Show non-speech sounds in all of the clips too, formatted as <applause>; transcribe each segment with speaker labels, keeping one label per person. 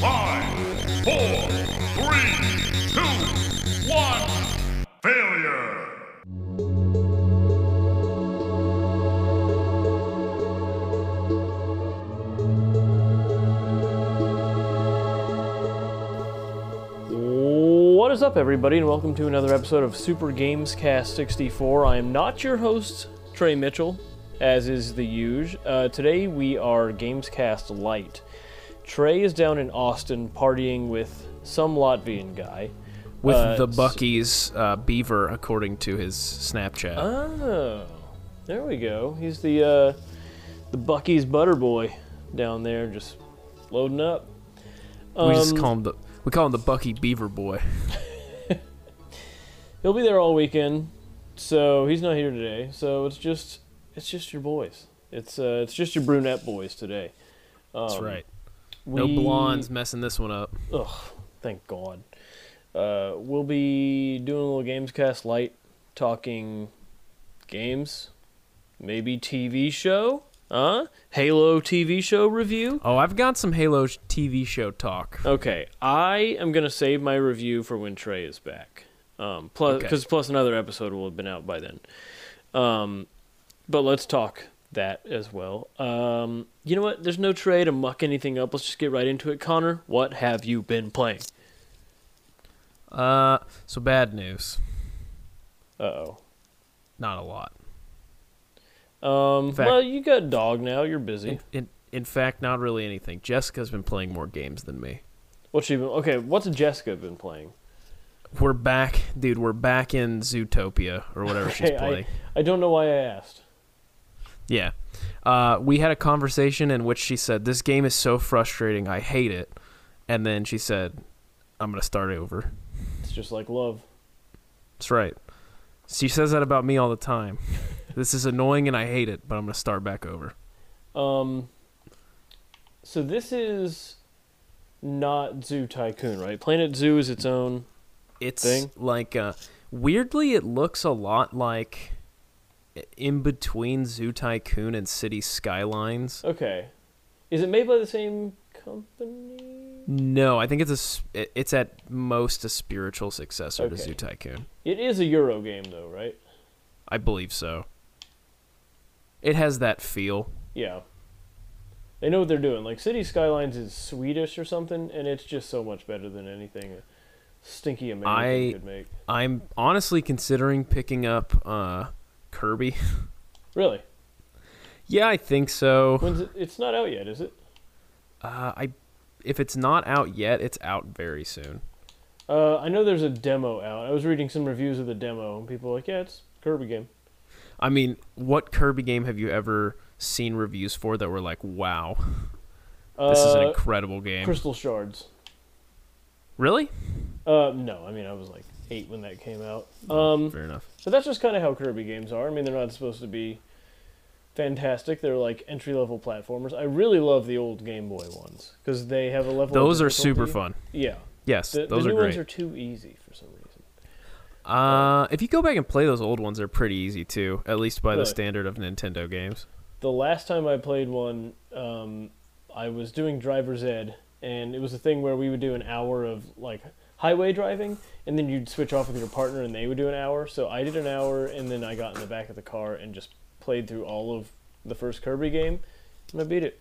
Speaker 1: Five, four, three, two, one. Failure.
Speaker 2: What is up, everybody, and welcome to another episode of Super Games Cast 64. I am not your host, Trey Mitchell, as is the usual. Uh, today we are Gamescast Light. Trey is down in Austin partying with some Latvian guy.
Speaker 3: with
Speaker 2: Uh,
Speaker 3: the
Speaker 2: s-
Speaker 3: Bucky's uh, beaver, according to his Snapchat.
Speaker 2: Oh, there we go. He's the uh, the Bucky's butter boy down there, just loading up.
Speaker 3: we
Speaker 2: Um,
Speaker 3: just call him the we call him the Bucky Beaver Boy.
Speaker 2: He'll be there all weekend, so he's not here today. So it's just it's just your boys. It's uh, it's just your brunette boys today.
Speaker 3: That's right.
Speaker 2: We,
Speaker 3: No blondes messing this one up.
Speaker 2: Ugh, thank God. Uh, we'll be doing a little Gamescast light, talking games, maybe TV show, huh? Halo TV show review.
Speaker 3: Oh, I've got some Halo sh- TV show talk.
Speaker 2: Okay, I am gonna save my review for when Trey is back. Um, plus,
Speaker 3: Okay.
Speaker 2: because plus another episode will have been out by then. Um, but let's talk that as well. Um, you know what? There's no Trey to muck anything up. Let's just get right into it. Connor, what have you been playing?
Speaker 3: Uh, so bad news.
Speaker 2: Uh
Speaker 3: Not a lot.
Speaker 2: oh. Um,
Speaker 3: fact-
Speaker 2: well, you got a dog now. You're busy.
Speaker 3: In, in in fact, not really anything. Jessica's been playing more games than me.
Speaker 2: What's she been? Okay, what's Jessica been playing?
Speaker 3: We're back, dude. We're back in Zootopia or whatever
Speaker 2: Okay,
Speaker 3: she's playing.
Speaker 2: <laughs> I, I don't know why I asked.
Speaker 3: Yeah. Uh, we had a conversation in which she said, This game is so frustrating. I hate it. And then she said, I'm going to start over.
Speaker 2: It's just like love.
Speaker 3: That's right. She says that about me all the time. this is annoying and I hate it, but I'm going to start back over.
Speaker 2: Um, so this is not Zoo Tycoon, right? Planet Zoo is its own.
Speaker 3: It's
Speaker 2: Thing?
Speaker 3: like, uh, weirdly, it looks a lot like in between Zoo Tycoon and City Skylines.
Speaker 2: Okay. Is it made by the same company?
Speaker 3: No, I think it's a, s- it- it's at most a spiritual successor to
Speaker 2: Okay.
Speaker 3: Zoo Tycoon.
Speaker 2: It is a Euro game, though, right?
Speaker 3: I believe so. It has that feel.
Speaker 2: Yeah. They know what they're doing. Like City Skylines is Swedish or something, and it's just so much better than anything a stinky American
Speaker 3: I-
Speaker 2: could make.
Speaker 3: I'm honestly considering picking up uh, Kirby. <laughs>
Speaker 2: Really?
Speaker 3: yeah, I think so.
Speaker 2: When's it? It's not out yet, is it?
Speaker 3: Uh, I if it's not out yet, it's out very soon.
Speaker 2: Uh, I know there's a demo out. I was reading some reviews of the demo, and people were like, yeah, it's a Kirby game.
Speaker 3: I mean, what Kirby game have you ever seen reviews for that were like, "Wow, this is an
Speaker 2: Uh,
Speaker 3: incredible game"?
Speaker 2: Crystal Shards.
Speaker 3: really?
Speaker 2: Uh, no, I mean I was like eight when that came out. Um,
Speaker 3: Fair enough.
Speaker 2: but that's just kind of how Kirby games are. I mean, they're not supposed to be fantastic. They're like entry level platformers. I really love the old Game Boy ones because they have a level. of
Speaker 3: Those are super
Speaker 2: difficulty.
Speaker 3: fun.
Speaker 2: Yeah,
Speaker 3: Yes,
Speaker 2: the,
Speaker 3: those
Speaker 2: the
Speaker 3: are
Speaker 2: new
Speaker 3: great.
Speaker 2: ones are too easy for some reason.
Speaker 3: uh, if you go back and play those old ones, they're pretty easy too, at least by the
Speaker 2: Really?
Speaker 3: standard of Nintendo games.
Speaker 2: The last time I played one, um, I was doing driver's ed, and it was a thing where we would do an hour of like highway driving, and then you'd switch off with your partner, and they would do an hour. So I did an hour, and then I got in the back of the car and just played through all of the first Kirby game, and I beat it.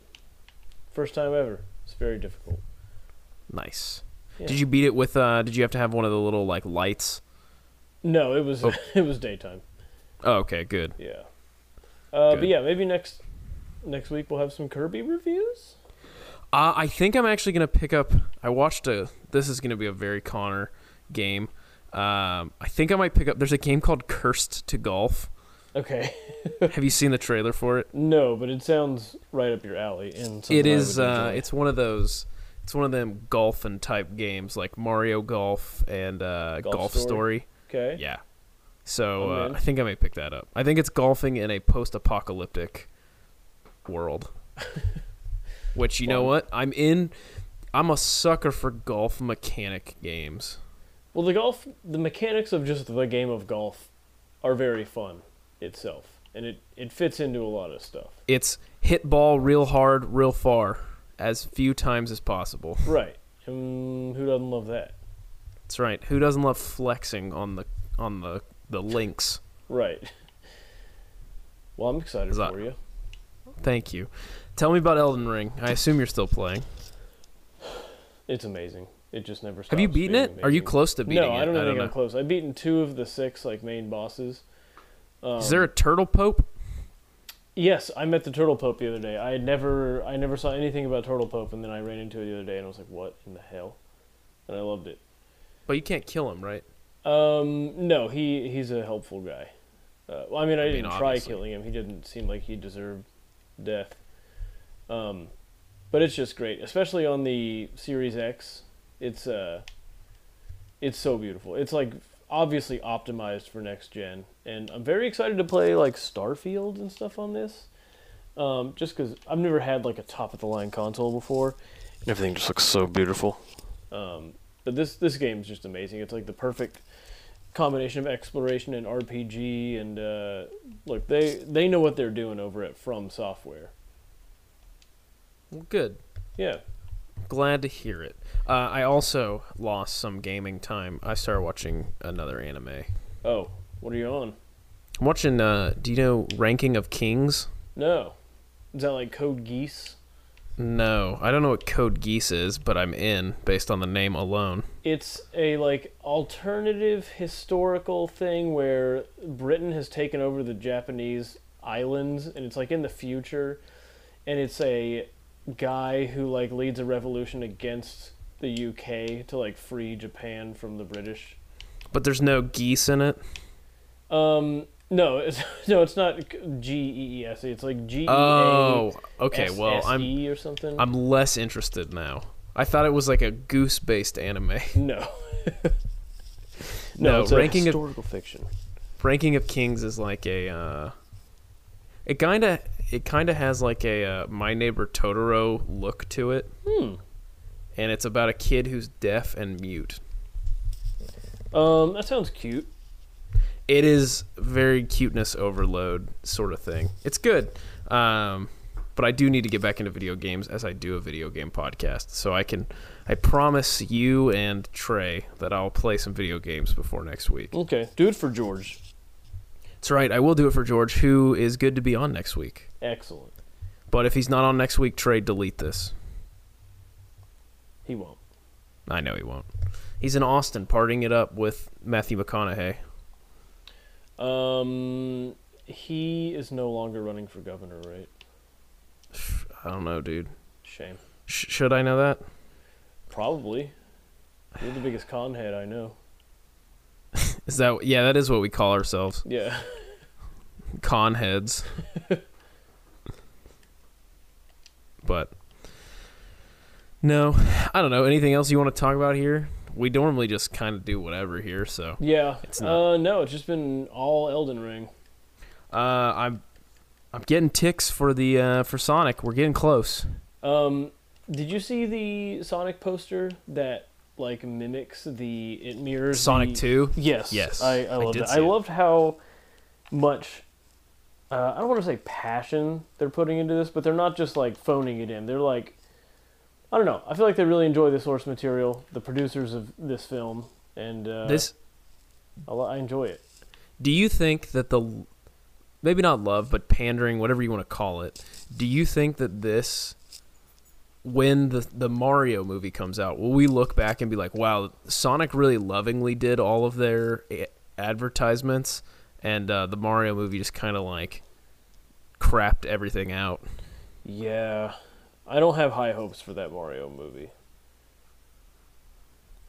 Speaker 2: First time ever. It's very difficult.
Speaker 3: Nice.
Speaker 2: Yeah.
Speaker 3: Did you beat it with? uh Did you have to have one of the little like lights?
Speaker 2: No, it was
Speaker 3: Oh.
Speaker 2: <laughs> it was daytime.
Speaker 3: Oh, okay, good.
Speaker 2: Yeah. Uh, but
Speaker 3: Good.
Speaker 2: yeah, maybe next next week we'll have some Kirby reviews.
Speaker 3: Uh, I think I'm actually gonna pick up. I watched a. This is gonna be a very Connor game. Um, I think I might pick up. There's a game called Cursed
Speaker 2: <laughs>
Speaker 3: to Golf.
Speaker 2: Okay.
Speaker 3: have you seen the trailer for it?
Speaker 2: No, but it sounds right up your alley. And something
Speaker 3: It
Speaker 2: I
Speaker 3: is.
Speaker 2: would
Speaker 3: Uh,
Speaker 2: enjoy.
Speaker 3: it's one of those. It's one of them golf and type games like Mario Golf and uh,
Speaker 2: Golf
Speaker 3: Golf,
Speaker 2: Story?
Speaker 3: Story.
Speaker 2: okay.
Speaker 3: Yeah. So
Speaker 2: I'm
Speaker 3: uh,
Speaker 2: in.
Speaker 3: I think I may pick that up. I think it's golfing in
Speaker 2: <laughs>
Speaker 3: a post-apocalyptic world. Which you know
Speaker 2: Fun.
Speaker 3: what? I'm in I'm a sucker for golf mechanic games.
Speaker 2: Well, the golf, the mechanics of just the game of golf are very fun itself, and it, it fits into a lot of stuff.
Speaker 3: It's hit ball real hard, real far, as few times as possible.
Speaker 2: Right. And who doesn't love that?
Speaker 3: That's right. Who doesn't love flexing on the on the the links?
Speaker 2: Right. <laughs> Well, I'm excited
Speaker 3: Is that-
Speaker 2: for you.
Speaker 3: Thank you. Tell me about Elden Ring. I assume you're still playing.
Speaker 2: It's amazing. It just never stops.
Speaker 3: Have you beaten
Speaker 2: being
Speaker 3: it? Are you
Speaker 2: amazing.
Speaker 3: close to beating
Speaker 2: no,
Speaker 3: it?
Speaker 2: I don't think
Speaker 3: know.
Speaker 2: I'm close. I've beaten two of the six like main bosses.
Speaker 3: Is there a turtle pope?
Speaker 2: Yes, I met the Turtle Pope the other day. I had never I never saw anything about Turtle Pope and then I ran into it the other day and I was like, What in the hell? And I loved it.
Speaker 3: But you can't kill him, right?
Speaker 2: Um, no, he he's a helpful guy. Uh, well, I mean, I,
Speaker 3: mean,
Speaker 2: didn't try
Speaker 3: obviously.
Speaker 2: killing him. He didn't seem like he deserved death. Um, but it's just great, especially on the Series X. It's uh, it's so beautiful. It's like obviously optimized for next gen, and I'm very excited to play like Starfield and stuff on this. Um, just because I've never had like a top of the line console before, and everything just looks so beautiful. Um, but this this game's just amazing. It's like the perfect combination of exploration and RPG. And uh, look, they they know what they're doing over at From Software.
Speaker 3: Well, good.
Speaker 2: Yeah,
Speaker 3: Glad to hear it. Uh, I also lost some gaming time. I started watching another anime. I'm
Speaker 2: Oh, what are you on?
Speaker 3: watching. Uh, do you know Ranking of Kings?
Speaker 2: No. Is that like Code Geese?
Speaker 3: No, I don't know what Code Geese is, but I'm in based on the name alone.
Speaker 2: It's a like alternative historical thing where Britain has taken over the Japanese islands and it's like in the future and it's a guy who like leads a revolution against the UK to like free Japan from the British.
Speaker 3: But there's no geese in it.
Speaker 2: Um no, <laughs> it's, no, it's not G E E S E. It's like G E A. E
Speaker 3: Oh, okay. Well, I'm
Speaker 2: SSE or something.
Speaker 3: I'm less interested now. I thought it was like a goose-based anime.
Speaker 2: No. <laughs>
Speaker 3: No,
Speaker 2: it's a
Speaker 3: ranking of-
Speaker 2: historical fiction.
Speaker 3: Ranking of Kings is like a. Uh, it kinda it kinda has like a uh, My Neighbor Totoro look to it. Hmm. And it's about a kid who's deaf and mute.
Speaker 2: Um, that sounds cute.
Speaker 3: It is very cuteness overload sort of thing. It's good. Um, but I do need to get back into video games as I do a video game podcast. So I can I promise you and Trey that I'll play some video games before next week.
Speaker 2: Okay, do it for George.
Speaker 3: That's right. I will do it for George who is good to be on next week.
Speaker 2: Excellent.
Speaker 3: But if he's not on next week, Trey, delete this.
Speaker 2: He won't.
Speaker 3: I know he won't. He's in Austin partying it up with Matthew McConaughey.
Speaker 2: Um, he is no longer running for governor, right?
Speaker 3: I don't know, dude.
Speaker 2: Shame.
Speaker 3: Sh- should I know that?
Speaker 2: Probably. You're the biggest con head I know.
Speaker 3: Is that yeah? That is what we call ourselves,
Speaker 2: Yeah. <laughs>
Speaker 3: con heads. but no, I don't know anything else you want to talk about here. We normally just kind of do whatever here, so
Speaker 2: Yeah.
Speaker 3: It's not-
Speaker 2: Uh, no, it's just been all Elden Ring.
Speaker 3: uh, I'm I'm getting ticks for the uh, for Sonic. We're getting close.
Speaker 2: Um, did you see the Sonic poster that like mimics the it mirrors
Speaker 3: Sonic
Speaker 2: the-
Speaker 3: Two.
Speaker 2: Yes.
Speaker 3: Yes,
Speaker 2: I,
Speaker 3: I
Speaker 2: I loved
Speaker 3: did
Speaker 2: it.
Speaker 3: see
Speaker 2: I
Speaker 3: it.
Speaker 2: loved how much uh, I don't want to say passion they're putting into this, but they're not just like phoning it in. They're like I don't know. I feel like they really enjoy the source material, the producers of this film, and uh,
Speaker 3: This
Speaker 2: I, li- I enjoy it.
Speaker 3: Do you think that the maybe not love, but pandering, whatever you want to call it, do you think that this when the the Mario movie comes out, will we look back and be like, "Wow, Sonic really lovingly did all of their a- advertisements and uh, the Mario movie just kind of like crapped everything out."
Speaker 2: Yeah, I don't have high hopes for that Mario movie.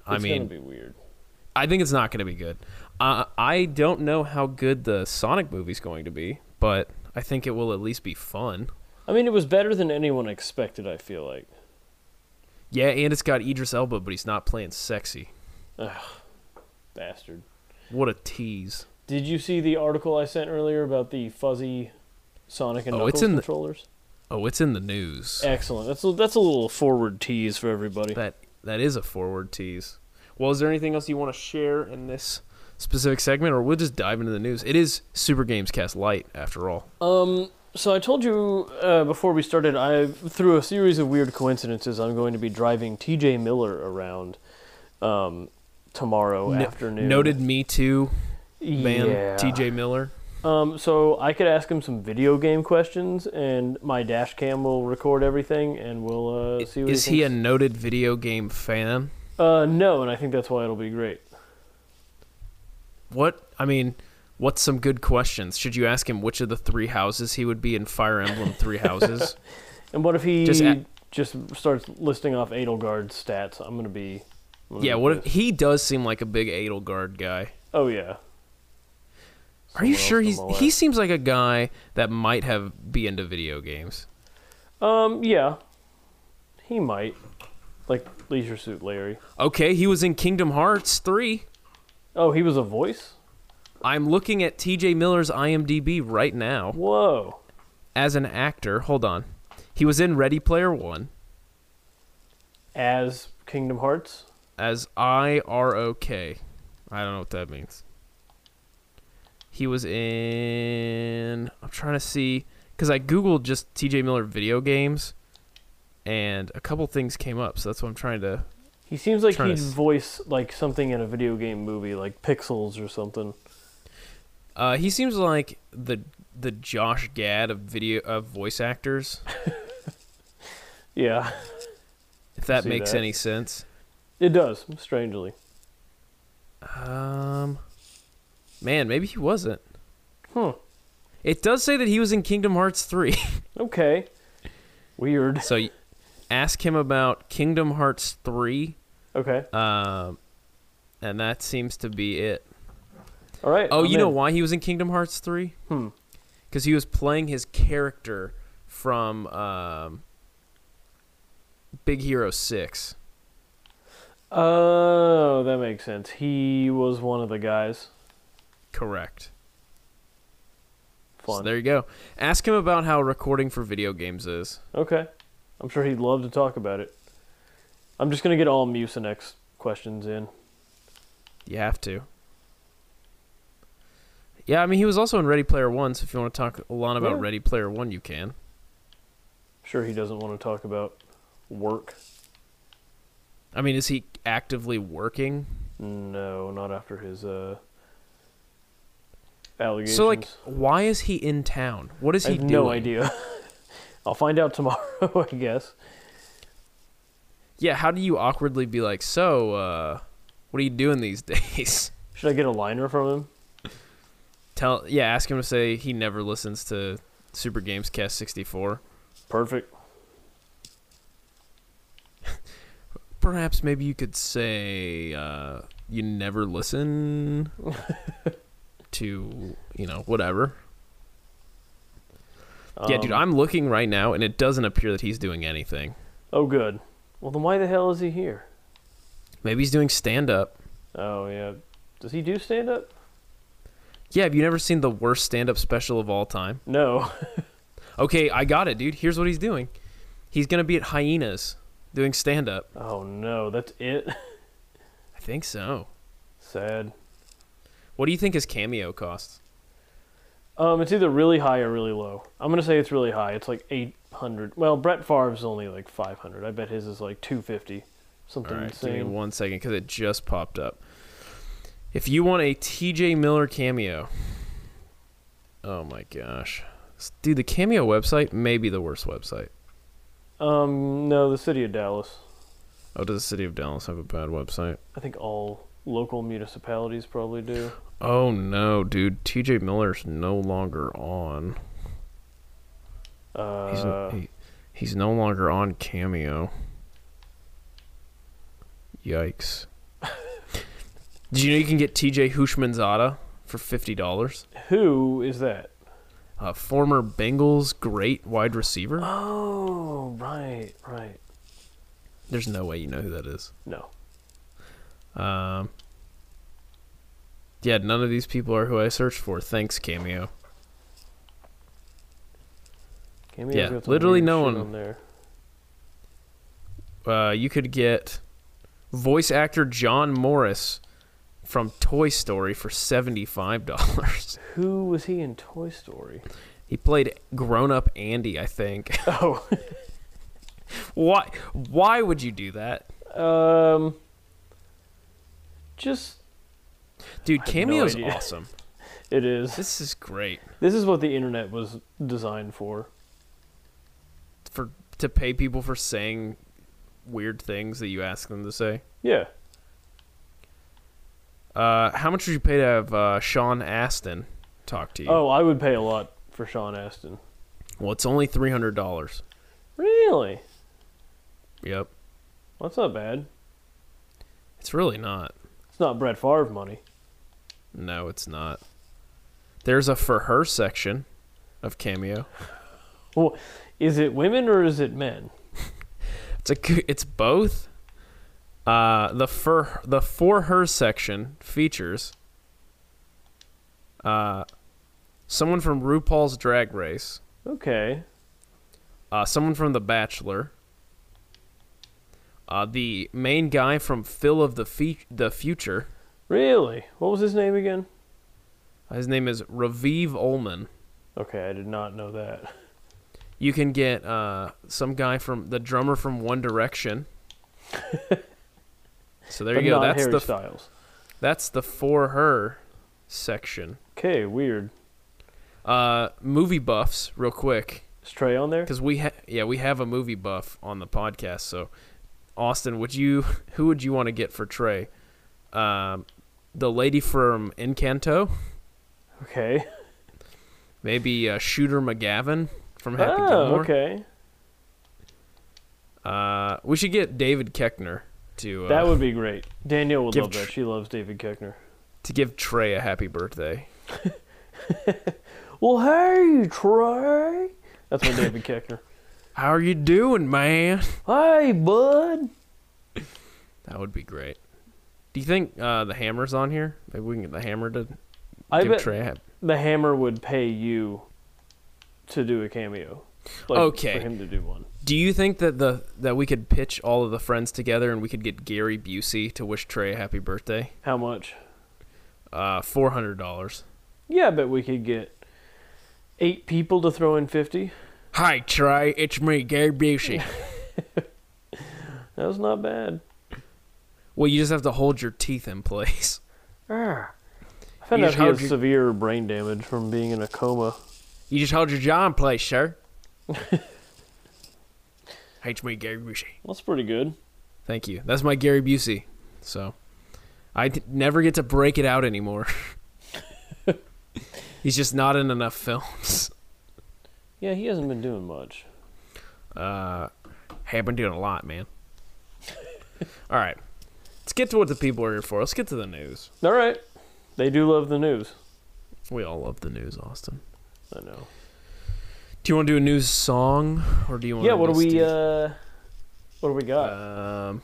Speaker 3: I
Speaker 2: It's
Speaker 3: mean,
Speaker 2: gonna be weird.
Speaker 3: I think it's not going to be good. Uh, I don't know how good the Sonic movie's going to be, but I think it will at least be fun.
Speaker 2: I mean, it was better than anyone expected. I feel like.
Speaker 3: Yeah, and it's got Idris Elba, but he's not playing sexy.
Speaker 2: Ugh, bastard.
Speaker 3: What a tease.
Speaker 2: Did you see the article I sent earlier about the fuzzy Sonic and
Speaker 3: Oh,
Speaker 2: Knuckles
Speaker 3: it's in the-
Speaker 2: controllers?
Speaker 3: Oh, it's in the news.
Speaker 2: Excellent. That's a, that's a little forward tease for everybody.
Speaker 3: That that is a forward tease. Well, is there anything else you want to share in this specific segment, or we'll just dive into the news? It is Super Games Cast Light, after all.
Speaker 2: Um, so I told you uh, before we started, I through a series of weird coincidences, I'm going to be driving T.J. Miller around um, tomorrow
Speaker 3: No-
Speaker 2: afternoon.
Speaker 3: Noted Me Too man
Speaker 2: Yeah.
Speaker 3: T.J. Miller.
Speaker 2: Um, so I could ask him some video game questions, and my dash cam will record everything, and we'll uh, see what
Speaker 3: Is
Speaker 2: he
Speaker 3: he a
Speaker 2: thinks.
Speaker 3: noted video game fan?
Speaker 2: uh, no, and I think that's why it'll be great.
Speaker 3: What I mean, what's some good questions? Should you ask him which of the three houses he would be in Fire Emblem
Speaker 2: <laughs>
Speaker 3: Three Houses?
Speaker 2: And what if he
Speaker 3: Just
Speaker 2: just,
Speaker 3: a-
Speaker 2: starts listing off Adelgard's stats? I'm gonna be. I'm gonna
Speaker 3: yeah,
Speaker 2: be
Speaker 3: what if,
Speaker 2: pissed.
Speaker 3: he does seem like a big Adelgard guy.
Speaker 2: Oh yeah.
Speaker 3: Are you
Speaker 2: Somewhere
Speaker 3: sure
Speaker 2: else
Speaker 3: he's
Speaker 2: on my
Speaker 3: he
Speaker 2: list.
Speaker 3: seems like a guy that might have be into video games.
Speaker 2: Um. Yeah. He might. Like Leisure Suit Larry.
Speaker 3: Okay, he was in Kingdom Hearts 3.
Speaker 2: Oh, he was a voice.
Speaker 3: I'm looking at TJ Miller's IMDb right now
Speaker 2: Whoa.
Speaker 3: as an actor. Hold on. He was in Ready Player 1
Speaker 2: As Kingdom Hearts.
Speaker 3: as I R O K. I don't know what that means. He was in I'm trying to see cuz I googled just TJ Miller video games and a couple things came up, so that's what I'm trying to
Speaker 2: He seems like
Speaker 3: Trying to
Speaker 2: he'd
Speaker 3: s-
Speaker 2: voice like something in a video game movie, like Pixels or something.
Speaker 3: Uh, he seems like the the Josh Gad of video of voice actors,
Speaker 2: Yeah, <laughs>
Speaker 3: if that
Speaker 2: See
Speaker 3: makes
Speaker 2: that.
Speaker 3: any sense.
Speaker 2: it does. Strangely,
Speaker 3: Um, man, maybe he wasn't.
Speaker 2: Hmm.
Speaker 3: It does say that he was in Kingdom Hearts three,
Speaker 2: okay, weird.
Speaker 3: so y- ask him about Kingdom Hearts three.
Speaker 2: Okay,
Speaker 3: Um, and that seems to be it.
Speaker 2: all right.
Speaker 3: Oh,
Speaker 2: I'm
Speaker 3: you know
Speaker 2: in.
Speaker 3: why he was in Kingdom Hearts three?
Speaker 2: Hmm.
Speaker 3: Because he was playing his character from um, Big Hero six.
Speaker 2: Oh, that makes sense. He was one of the guys.
Speaker 3: Correct. So
Speaker 2: Fun.
Speaker 3: there you go. Ask him about how recording for video games is.
Speaker 2: okay, I'm sure he'd love to talk about it. I'm just gonna get all Mucinex questions in.
Speaker 3: You have to. Yeah, I mean, he was also in Ready Player One, so if you want to talk a lot about
Speaker 2: Yeah.
Speaker 3: Ready Player One, you can.
Speaker 2: Sure, he doesn't want to talk about work.
Speaker 3: I mean, is he actively working?
Speaker 2: No, not after his uh, allegations.
Speaker 3: So, like, why is he in town? What is
Speaker 2: I
Speaker 3: he
Speaker 2: have
Speaker 3: doing?
Speaker 2: no idea. <laughs> I'll find out tomorrow, <laughs> I guess.
Speaker 3: Yeah, how do you awkwardly be like, so, uh, what are you doing these <laughs> days?
Speaker 2: Should I get a liner from him?
Speaker 3: Tell, yeah, ask him to say he never listens to Super Games Cast 64.
Speaker 2: Perfect.
Speaker 3: Perhaps maybe you could say uh, you never
Speaker 2: <laughs>
Speaker 3: listen to you know whatever. yeah, dude,
Speaker 2: Um,
Speaker 3: I'm looking right now, and it doesn't appear that he's doing anything.
Speaker 2: Oh, good. Well, then why the hell is he here?
Speaker 3: Maybe he's doing stand up.
Speaker 2: Oh, yeah. Does he do stand up?
Speaker 3: Yeah, have you never seen the worst stand up special of all time?
Speaker 2: No. <laughs>
Speaker 3: Okay, I got it, dude. Here's what he's doing. He's gonna be at Hyenas doing stand up.
Speaker 2: Oh, no. That's it. <laughs>
Speaker 3: I think so.
Speaker 2: Sad.
Speaker 3: What do you think his cameo costs?
Speaker 2: Um, it's either really high or really low. I'm going to say it's really high. It's like 800. Well, Brett Favre's only like 500. I bet his is like 250. Something
Speaker 3: All right, give me
Speaker 2: insane.
Speaker 3: one second because it just popped up. If you want a TJ Miller cameo, oh my gosh, S- dude, the cameo website may be the worst website.
Speaker 2: Um, no, the city of Dallas.
Speaker 3: Oh, does the city of Dallas have a bad website?
Speaker 2: I think all local municipalities probably
Speaker 3: <sighs>
Speaker 2: do.
Speaker 3: Oh no, dude, TJ Miller's no longer on.
Speaker 2: Uh,
Speaker 3: He's he, he's no longer on cameo. Yikes. Did you know you can get TJ Hushmanzada for fifty dollars?
Speaker 2: Who is that?
Speaker 3: a former Bengals great wide receiver.
Speaker 2: Oh, right, right.
Speaker 3: There's no way you know who that is.
Speaker 2: No.
Speaker 3: Um, yeah, none of these people are who I searched for. Thanks, Cameo.
Speaker 2: Cameo
Speaker 3: Yeah,
Speaker 2: got some
Speaker 3: literally
Speaker 2: weird
Speaker 3: no
Speaker 2: shit
Speaker 3: one-
Speaker 2: on there.
Speaker 3: Uh, you could get voice actor John Morris from Toy Story for seventy-five dollars. <laughs>
Speaker 2: Who was he in Toy Story?
Speaker 3: He played grown-up Andy, I think.
Speaker 2: <laughs> Oh,
Speaker 3: <laughs> why? Why would you do that,
Speaker 2: um, just
Speaker 3: dude?
Speaker 2: have no
Speaker 3: Cameo's
Speaker 2: idea.
Speaker 3: awesome.
Speaker 2: it is.
Speaker 3: This is great
Speaker 2: This is what the internet was designed for.
Speaker 3: for to pay people for saying weird things that you ask them to say.
Speaker 2: Yeah,
Speaker 3: Uh, how much would you pay to have uh, Sean Astin talk to you?
Speaker 2: Oh, I would pay a lot for Sean Astin.
Speaker 3: Well, it's only three hundred dollars.
Speaker 2: Really?
Speaker 3: Yep,
Speaker 2: Well, that's not bad.
Speaker 3: it's really not.
Speaker 2: It's not Brett Favre money.
Speaker 3: No, it's not. There's a for her section of Cameo.
Speaker 2: Well, is it women or is it men?
Speaker 3: It's a g- it's both. Uh, the for the for her section features uh, someone from RuPaul's Drag Race,
Speaker 2: Okay.
Speaker 3: uh, someone from The Bachelor, uh, the main guy from Phil of the Fe- the Future.
Speaker 2: Really? What was his name again?
Speaker 3: His name is Raviv Ullman.
Speaker 2: Okay, I did not know that.
Speaker 3: You can get uh, some guy from the drummer from One
Speaker 2: <laughs>
Speaker 3: Direction. so there
Speaker 2: but
Speaker 3: you go.
Speaker 2: Not
Speaker 3: That's
Speaker 2: Harry
Speaker 3: the
Speaker 2: Styles.
Speaker 3: that's the for her section.
Speaker 2: Okay, weird.
Speaker 3: Uh, movie buffs, real quick,
Speaker 2: Is Trey on there?
Speaker 3: because we ha- yeah we have a movie buff on the podcast. So Austin, would you <laughs> who would you want to get for Trey? Um, the lady from Encanto,
Speaker 2: Okay.
Speaker 3: maybe uh, Shooter McGavin from Happy
Speaker 2: Oh,
Speaker 3: Gilmore.
Speaker 2: okay.
Speaker 3: Uh, we should get David Keckner to uh,
Speaker 2: That would be great. Danielle would
Speaker 3: Give
Speaker 2: love that.
Speaker 3: Tr-
Speaker 2: She loves David Keckner.
Speaker 3: to give Trey a happy birthday.
Speaker 2: Well, hey, Trey. That's my David Keckner.
Speaker 3: How are you doing, man?
Speaker 2: Hey, bud.
Speaker 3: That would be great. Do you think uh, the hammer's on here? Maybe we can get the hammer to
Speaker 2: I
Speaker 3: give
Speaker 2: bet
Speaker 3: Trey a hap-
Speaker 2: the hammer would pay you to do a cameo.
Speaker 3: Okay.
Speaker 2: For him to do one.
Speaker 3: Do you think that the that we could pitch all of the friends together and we could get Gary Busey to wish Trey a happy birthday?
Speaker 2: How much?
Speaker 3: Uh, four hundred dollars.
Speaker 2: Yeah, I bet we could get eight people to throw in 50.
Speaker 3: Hi, Trey. It's me,
Speaker 2: <laughs>
Speaker 3: Gary Busey.
Speaker 2: That was not bad.
Speaker 3: well, you just have to hold your teeth in place.
Speaker 2: Ah. I found
Speaker 3: You
Speaker 2: out
Speaker 3: just
Speaker 2: he
Speaker 3: held
Speaker 2: has
Speaker 3: your-
Speaker 2: severe brain damage from being in a coma.
Speaker 3: You just hold your jaw in
Speaker 2: <laughs>
Speaker 3: place, sir. Hi, it's me, Gary Busey.
Speaker 2: That's pretty good.
Speaker 3: Thank you. That's my Gary Busey. So I d- never get to break it out anymore. <laughs> He's just not in enough films.
Speaker 2: Yeah, he hasn't been doing much.
Speaker 3: Uh, hey, I've been doing a lot, man. All right. Let's get to what the people are here for. Let's get to the news.
Speaker 2: All right. They do love the news.
Speaker 3: We all love the news, Austin.
Speaker 2: I know.
Speaker 3: Do you want to do a news song or do you want
Speaker 2: Yeah,
Speaker 3: to
Speaker 2: what do
Speaker 3: just
Speaker 2: we
Speaker 3: do-
Speaker 2: uh what do we got?
Speaker 3: Um,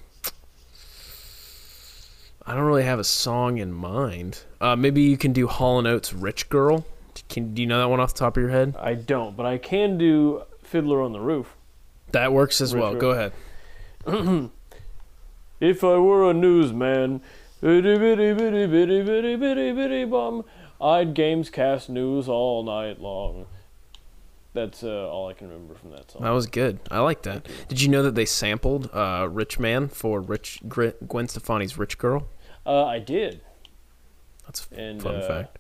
Speaker 3: I don't really have a song in mind. Uh, maybe you can do Hall and Oates' "Rich Girl." Can do you know that one off the top of your head?
Speaker 2: I don't, but I can do Fiddler on the Roof.
Speaker 3: That works as
Speaker 2: Rich
Speaker 3: well.
Speaker 2: Girl.
Speaker 3: Go ahead.
Speaker 2: If I were a newsman, itty bitty bitty bitty bitty bitty bitty bum, I'd gamescast news all night long. That's uh, all I can remember from that song.
Speaker 3: That was good. I like that. Did you know that they sampled uh, "Rich Man" for "Rich Gr- Gwen Stefani's "Rich Girl"?
Speaker 2: Uh, I did.
Speaker 3: That's a
Speaker 2: And,
Speaker 3: fun
Speaker 2: uh,
Speaker 3: fact.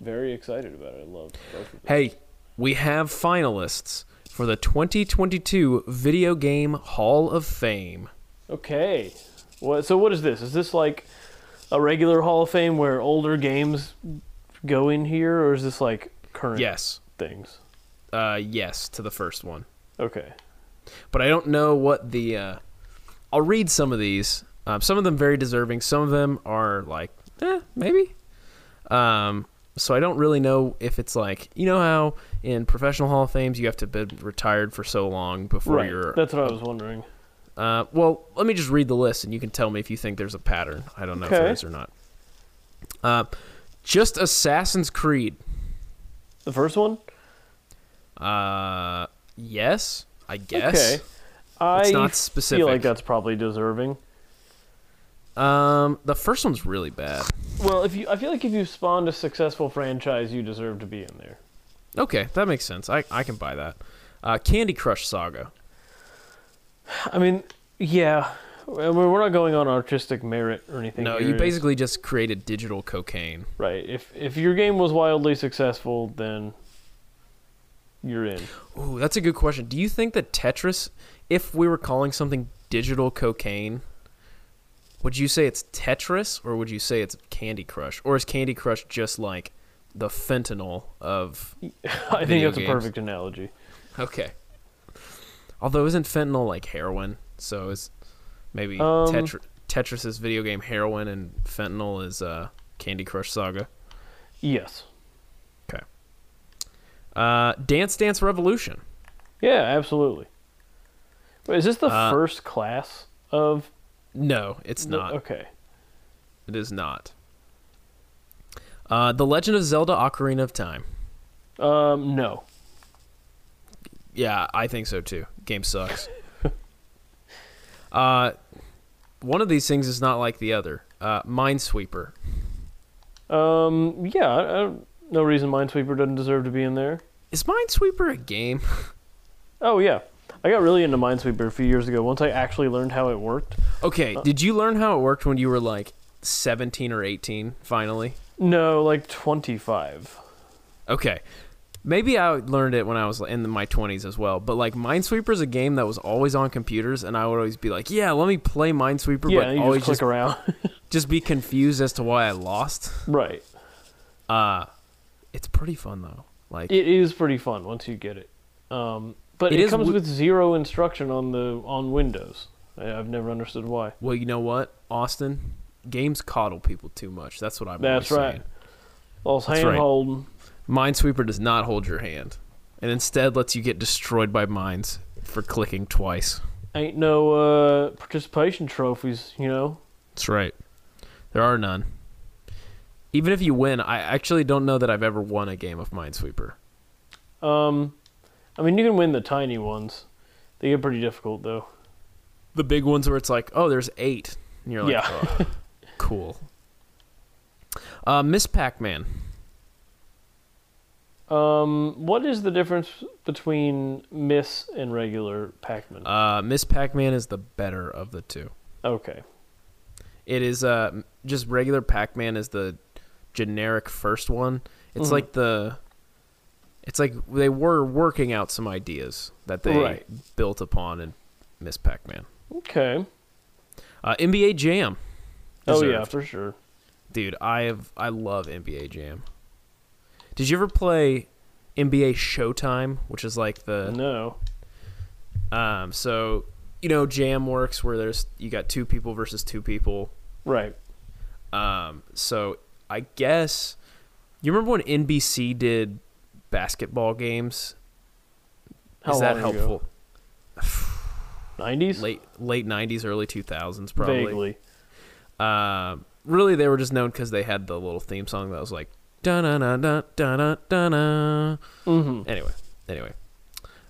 Speaker 2: Very excited about it. I loved both of them.
Speaker 3: Hey, we have finalists for the 2022 Video Game Hall of Fame.
Speaker 2: Okay. What, so what is this? Is this like a regular Hall of Fame where older games go in here, or is this like current
Speaker 3: Yes,
Speaker 2: things?
Speaker 3: uh, yes to the first one.
Speaker 2: Okay.
Speaker 3: but I don't know what the. Uh, I'll read some of these. Um, some of them very deserving. Some of them are like, eh, maybe. Um, so I don't really know if it's like you know how in professional Hall of Fames you have to be retired for so long before
Speaker 2: Right.
Speaker 3: you're.
Speaker 2: That's what I was wondering.
Speaker 3: Uh, well, let me just read the list and you can tell me if you think there's a pattern. I don't know if
Speaker 2: Okay.
Speaker 3: there is or not. Uh, just Assassin's Creed.
Speaker 2: The first one?
Speaker 3: Uh, yes, I guess.
Speaker 2: Okay. I
Speaker 3: It's not
Speaker 2: feel
Speaker 3: specific.
Speaker 2: like that's probably deserving.
Speaker 3: Um, the first one's really bad.
Speaker 2: Well, if you, I feel like if you spawned a successful franchise, you deserve to be in there.
Speaker 3: Okay, that makes sense. I, I can buy that. Uh, Candy Crush Saga.
Speaker 2: I mean, yeah. I mean, we're not going on artistic merit or anything.
Speaker 3: No,
Speaker 2: here.
Speaker 3: you
Speaker 2: It's-
Speaker 3: basically just created digital cocaine.
Speaker 2: right. If if your game was wildly successful, then you're in. <laughs>
Speaker 3: Ooh, that's a good question. Do you think that Tetris, if we were calling something digital cocaine, would you say it's Tetris or would you say it's Candy Crush? Or is Candy Crush just like the fentanyl of.
Speaker 2: I think
Speaker 3: Video
Speaker 2: that's
Speaker 3: games.
Speaker 2: a perfect analogy.
Speaker 3: Okay. Although, isn't fentanyl like heroin? So is maybe
Speaker 2: Um,
Speaker 3: Tetri- Tetris is video game heroin and fentanyl is uh, Candy Crush Saga?
Speaker 2: Yes.
Speaker 3: Okay. Uh, Dance Dance Revolution.
Speaker 2: Yeah, absolutely. Wait, is this the
Speaker 3: Uh,
Speaker 2: first class of?
Speaker 3: No, it's not.
Speaker 2: Okay.
Speaker 3: It is not. Uh, the Legend of Zelda: Ocarina of Time.
Speaker 2: Um, no.
Speaker 3: Yeah, I think so too. Game sucks. uh, one of these things is not like the other. Uh, Minesweeper.
Speaker 2: Um, yeah. I, I, no reason Minesweeper doesn't deserve to be in there.
Speaker 3: Is Minesweeper a game? <laughs>
Speaker 2: Oh yeah. I got really into Minesweeper a few years ago. Once I actually learned how it worked.
Speaker 3: okay. Did you learn how it worked when you were like seventeen or eighteen? Finally.
Speaker 2: No, like 25.
Speaker 3: Okay. Maybe I learned it when I was in my 20s as well, but like Minesweeper is a game that was always on computers, and I would always be like, "Yeah, let me play Minesweeper,"
Speaker 2: Yeah,
Speaker 3: but
Speaker 2: you just
Speaker 3: always
Speaker 2: click
Speaker 3: just <laughs>
Speaker 2: around. <laughs>
Speaker 3: just be confused as to why I lost.
Speaker 2: right.
Speaker 3: Uh it's pretty fun though. Like
Speaker 2: It is pretty fun once you get it. Um, but
Speaker 3: It
Speaker 2: it,
Speaker 3: is
Speaker 2: comes
Speaker 3: w-
Speaker 2: with zero instruction on the on Windows. I, I've never understood why.
Speaker 3: well, you know what, Austin, games coddle people too much. That's what I'm
Speaker 2: That's
Speaker 3: always
Speaker 2: right.
Speaker 3: saying.
Speaker 2: Well,
Speaker 3: That's
Speaker 2: hand
Speaker 3: right.
Speaker 2: holding.
Speaker 3: Minesweeper does not hold your hand, and instead lets you get destroyed by mines for clicking twice.
Speaker 2: Ain't no uh, participation trophies, you know.
Speaker 3: That's right. There are none. Even if you win, I actually don't know that I've ever won a game of Minesweeper.
Speaker 2: Um, I mean, you can win the tiny ones. They get pretty difficult though.
Speaker 3: The big ones where it's like, oh, there's eight, and you're like,
Speaker 2: Yeah.
Speaker 3: "Oh, cool. Uh, Miss Pac-Man.
Speaker 2: Um, what is the difference between Miss and regular Pac-Man?
Speaker 3: Uh, Miss Pac-Man is the better of the two.
Speaker 2: okay.
Speaker 3: It is uh, just regular Pac-Man is the generic first one. It's
Speaker 2: Mhm.
Speaker 3: like the, it's like they were working out some ideas that they
Speaker 2: Right.
Speaker 3: built upon in Miss Pac-Man.
Speaker 2: Okay.
Speaker 3: Uh, NBA Jam.
Speaker 2: Oh yeah,
Speaker 3: Deserved.
Speaker 2: for sure.
Speaker 3: dude. I have I love NBA Jam. Did you ever play NBA Showtime, which is like the
Speaker 2: No.
Speaker 3: um? So you know Jam works where there's you got two people versus two people.
Speaker 2: Right.
Speaker 3: Um, so I guess you remember when NBC did basketball games.
Speaker 2: How
Speaker 3: is that
Speaker 2: long ago?
Speaker 3: helpful?
Speaker 2: 90s?
Speaker 3: Late late '90s, early 2000s, probably.
Speaker 2: Vaguely.
Speaker 3: Um, really, they were just known because they had the little theme song that was like da na na da da na da na.
Speaker 2: Mm-hmm.
Speaker 3: Anyway, anyway,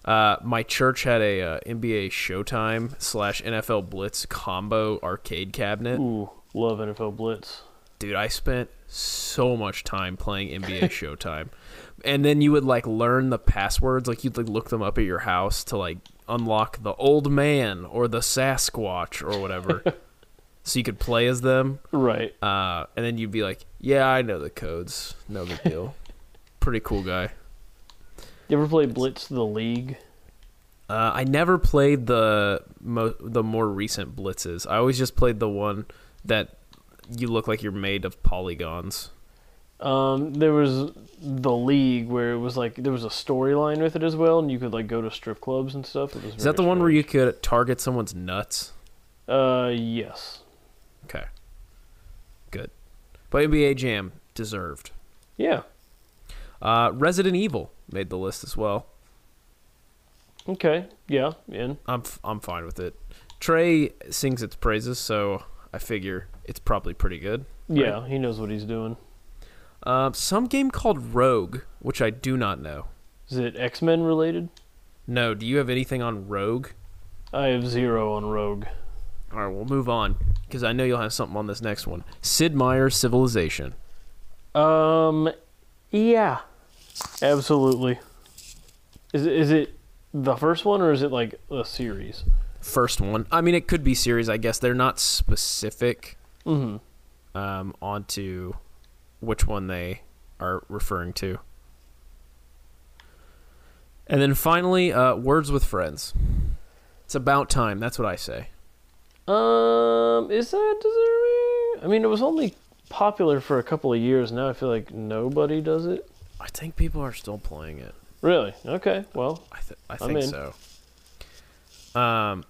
Speaker 3: uh, my church had a uh, NBA Showtime slash NFL Blitz combo arcade cabinet.
Speaker 2: Ooh, love NFL Blitz.
Speaker 3: Dude, I spent so much time playing
Speaker 2: <laughs>
Speaker 3: NBA Showtime, and then you would like learn the passwords. Like you'd like look them up at your house to like unlock the old man or the Sasquatch
Speaker 2: <laughs>
Speaker 3: or whatever, so you could play as them.
Speaker 2: Right.
Speaker 3: Uh, and then you'd be like, "Yeah, I know the codes. No big deal. Pretty cool guy."
Speaker 2: You ever play Blitz the League?
Speaker 3: Uh, I never played the mo- the more recent blitzes. I always just played the one that you look like you're made of polygons.
Speaker 2: Um, there was the League where it was like there was a storyline with it as well, and you could like go to strip clubs and stuff. It was
Speaker 3: Is that the one where you could target someone's nuts?
Speaker 2: Uh, yes.
Speaker 3: Okay, good. But NBA Jam deserved.
Speaker 2: Yeah.
Speaker 3: Uh, Resident Evil made the list as well.
Speaker 2: Okay. Yeah. In.
Speaker 3: I'm f- I'm fine with it. Trey sings its praises, so I figure it's probably pretty good.
Speaker 2: Yeah. He knows what he's doing.
Speaker 3: Uh, some game called Rogue, which I do not know.
Speaker 2: Is it X Men related?
Speaker 3: No, do you have anything on Rogue?
Speaker 2: I have zero on Rogue.
Speaker 3: All right, we'll move on because I know you'll have something on this next one. Sid Meier's Civilization.
Speaker 2: Um, yeah, absolutely. Is it- is it the first one or is it like a series?
Speaker 3: First one. I mean, it could be series. I guess they're not specific
Speaker 2: Mm-hmm.
Speaker 3: um, onto which one they are referring to. And then finally, uh, Words with Friends. It's about time. That's what I say.
Speaker 2: Um, is that deserving? I mean, it was only popular for a couple of years. Now I feel like nobody does it.
Speaker 3: I think people are still playing it.
Speaker 2: Really? Okay. Well,
Speaker 3: I, th- I
Speaker 2: I'm
Speaker 3: think
Speaker 2: in.
Speaker 3: so. Um,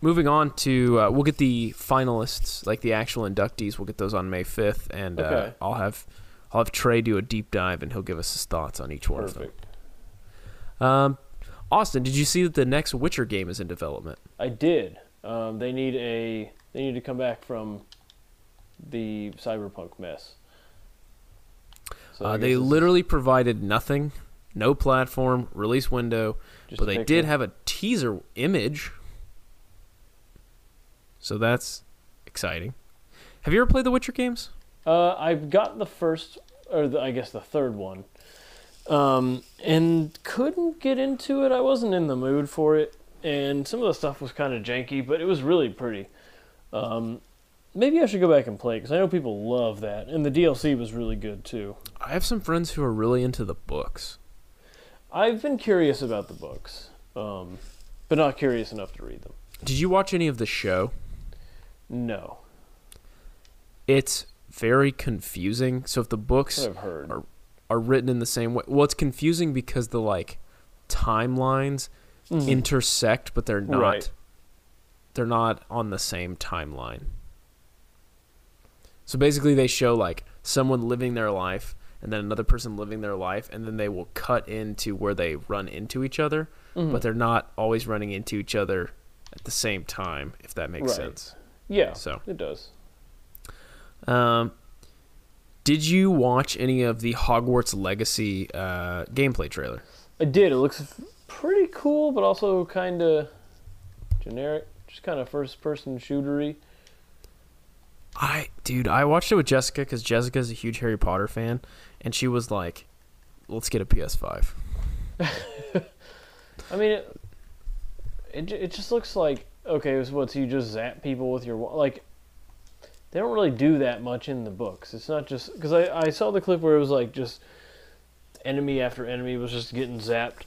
Speaker 3: moving on to uh, we'll get the finalists, like the actual inductees. We'll get those on May fifth, and
Speaker 2: Okay.
Speaker 3: uh, I'll have I'll have Trey do a deep dive, and he'll give us his thoughts on each one of
Speaker 2: perfect.
Speaker 3: them. Um, Austin, did you see that the next Witcher game is in development?
Speaker 2: I did. Um, they need a they need to come back from the cyberpunk mess. So I
Speaker 3: Uh,
Speaker 2: guess
Speaker 3: they
Speaker 2: it's
Speaker 3: literally provided nothing, no platform, release window,
Speaker 2: just
Speaker 3: but
Speaker 2: a
Speaker 3: they
Speaker 2: picture.
Speaker 3: did have a teaser image. So that's exciting. Have you ever played the Witcher games?
Speaker 2: Uh, I've got the first, or the, I guess the third one, um, and couldn't get into it. I wasn't in the mood for it, and some of the stuff was kind of janky, but it was really pretty. Um, maybe I should go back and play because I know people love that, and the DLC was really good too.
Speaker 3: I have some friends who are really into the books.
Speaker 2: I've been curious about the books, um, but not curious enough to read them.
Speaker 3: Did you watch any of the show?
Speaker 2: No,
Speaker 3: It's very confusing. So if the books
Speaker 2: that's what I've heard.
Speaker 3: are, are written in the same way, well, it's confusing because the like timelines
Speaker 2: Mhm.
Speaker 3: intersect, but they're not.
Speaker 2: Right.
Speaker 3: They're not on the same timeline. So basically, they show like someone living their life, and then another person living their life, and then they will cut into where they run into each other,
Speaker 2: Mm-hmm.
Speaker 3: but they're not always running into each other at the same time. If that makes
Speaker 2: Right.
Speaker 3: sense.
Speaker 2: yeah,
Speaker 3: so.
Speaker 2: it does.
Speaker 3: Um, did you watch any of the Hogwarts Legacy uh, gameplay trailer?
Speaker 2: I did. It looks f- pretty cool, but also kind of generic. Just kind of first-person shootery.
Speaker 3: I dude, I watched it with Jessica because Jessica's a huge Harry Potter fan, and she was like, "Let's get a PS5."
Speaker 2: I mean, it, it ju- it just looks like okay. It's what so you just zap people with your wa- like. They don't really do that much in the books. It's not just because I I saw the clip where it was like just enemy after enemy was just getting zapped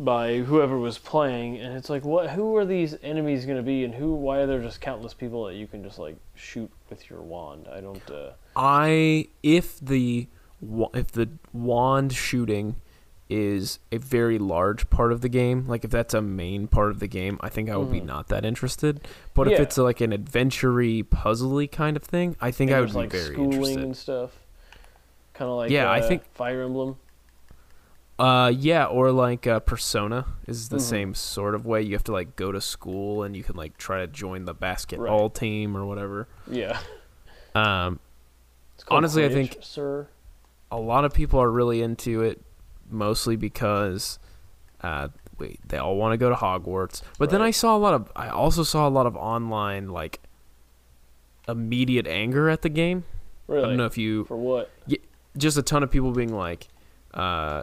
Speaker 2: by whoever was playing, and it's like what who are these enemies going to be, and who why are there just countless people that you can just like shoot with your wand? I don't. uh
Speaker 3: I if the wa- if the wand shooting is a very large part of the game, like if that's a main part of the game, I think I would be not that interested. But if
Speaker 2: Hmm. Yeah.
Speaker 3: it's like an adventure-y, puzzly kind of thing, I think I would
Speaker 2: there's,
Speaker 3: be
Speaker 2: like
Speaker 3: very
Speaker 2: schooling
Speaker 3: interested.
Speaker 2: and stuff. Kind of like
Speaker 3: Yeah, I
Speaker 2: uh,
Speaker 3: think-
Speaker 2: Fire Emblem.
Speaker 3: Uh, yeah, or like uh, Persona is the
Speaker 2: Mhm.
Speaker 3: same sort of way. You have to like go to school and you can like try to join the basketball team or whatever.
Speaker 2: Yeah.
Speaker 3: Um,
Speaker 2: It's called
Speaker 3: Honestly, I think-
Speaker 2: Quidditch, sir.
Speaker 3: a lot of people are really into it, mostly because, uh, wait, they all want to go to Hogwarts. But then
Speaker 2: Right.
Speaker 3: I saw a lot of. I also saw a lot of online like immediate anger at the game.
Speaker 2: Really?
Speaker 3: I don't know if you
Speaker 2: For what?
Speaker 3: y- just a ton of people being like, uh,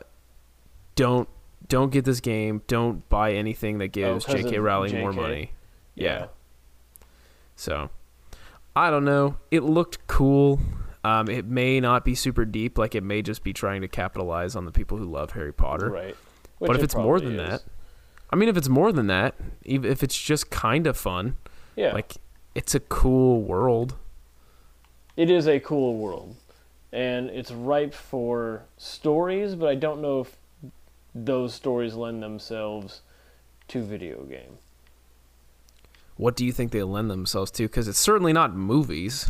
Speaker 3: don't don't get this game. Don't buy anything that gives
Speaker 2: Oh, 'cause
Speaker 3: J.K.
Speaker 2: of
Speaker 3: Rowling more
Speaker 2: JK.
Speaker 3: money. Yeah. So I don't know. It looked cool. Um, it may not be super deep. Like it may just be trying to capitalize on the people who love Harry Potter.
Speaker 2: Right.
Speaker 3: But
Speaker 2: Which
Speaker 3: if
Speaker 2: it
Speaker 3: it's more
Speaker 2: probably
Speaker 3: than
Speaker 2: is.
Speaker 3: that, I mean, if it's more than that, even if it's just kind of fun,
Speaker 2: yeah,
Speaker 3: like it's a cool world.
Speaker 2: it is a cool world, and it's ripe for stories. But I don't know if those stories lend themselves to video game.
Speaker 3: What do you think they lend themselves to? Because it's certainly not movies.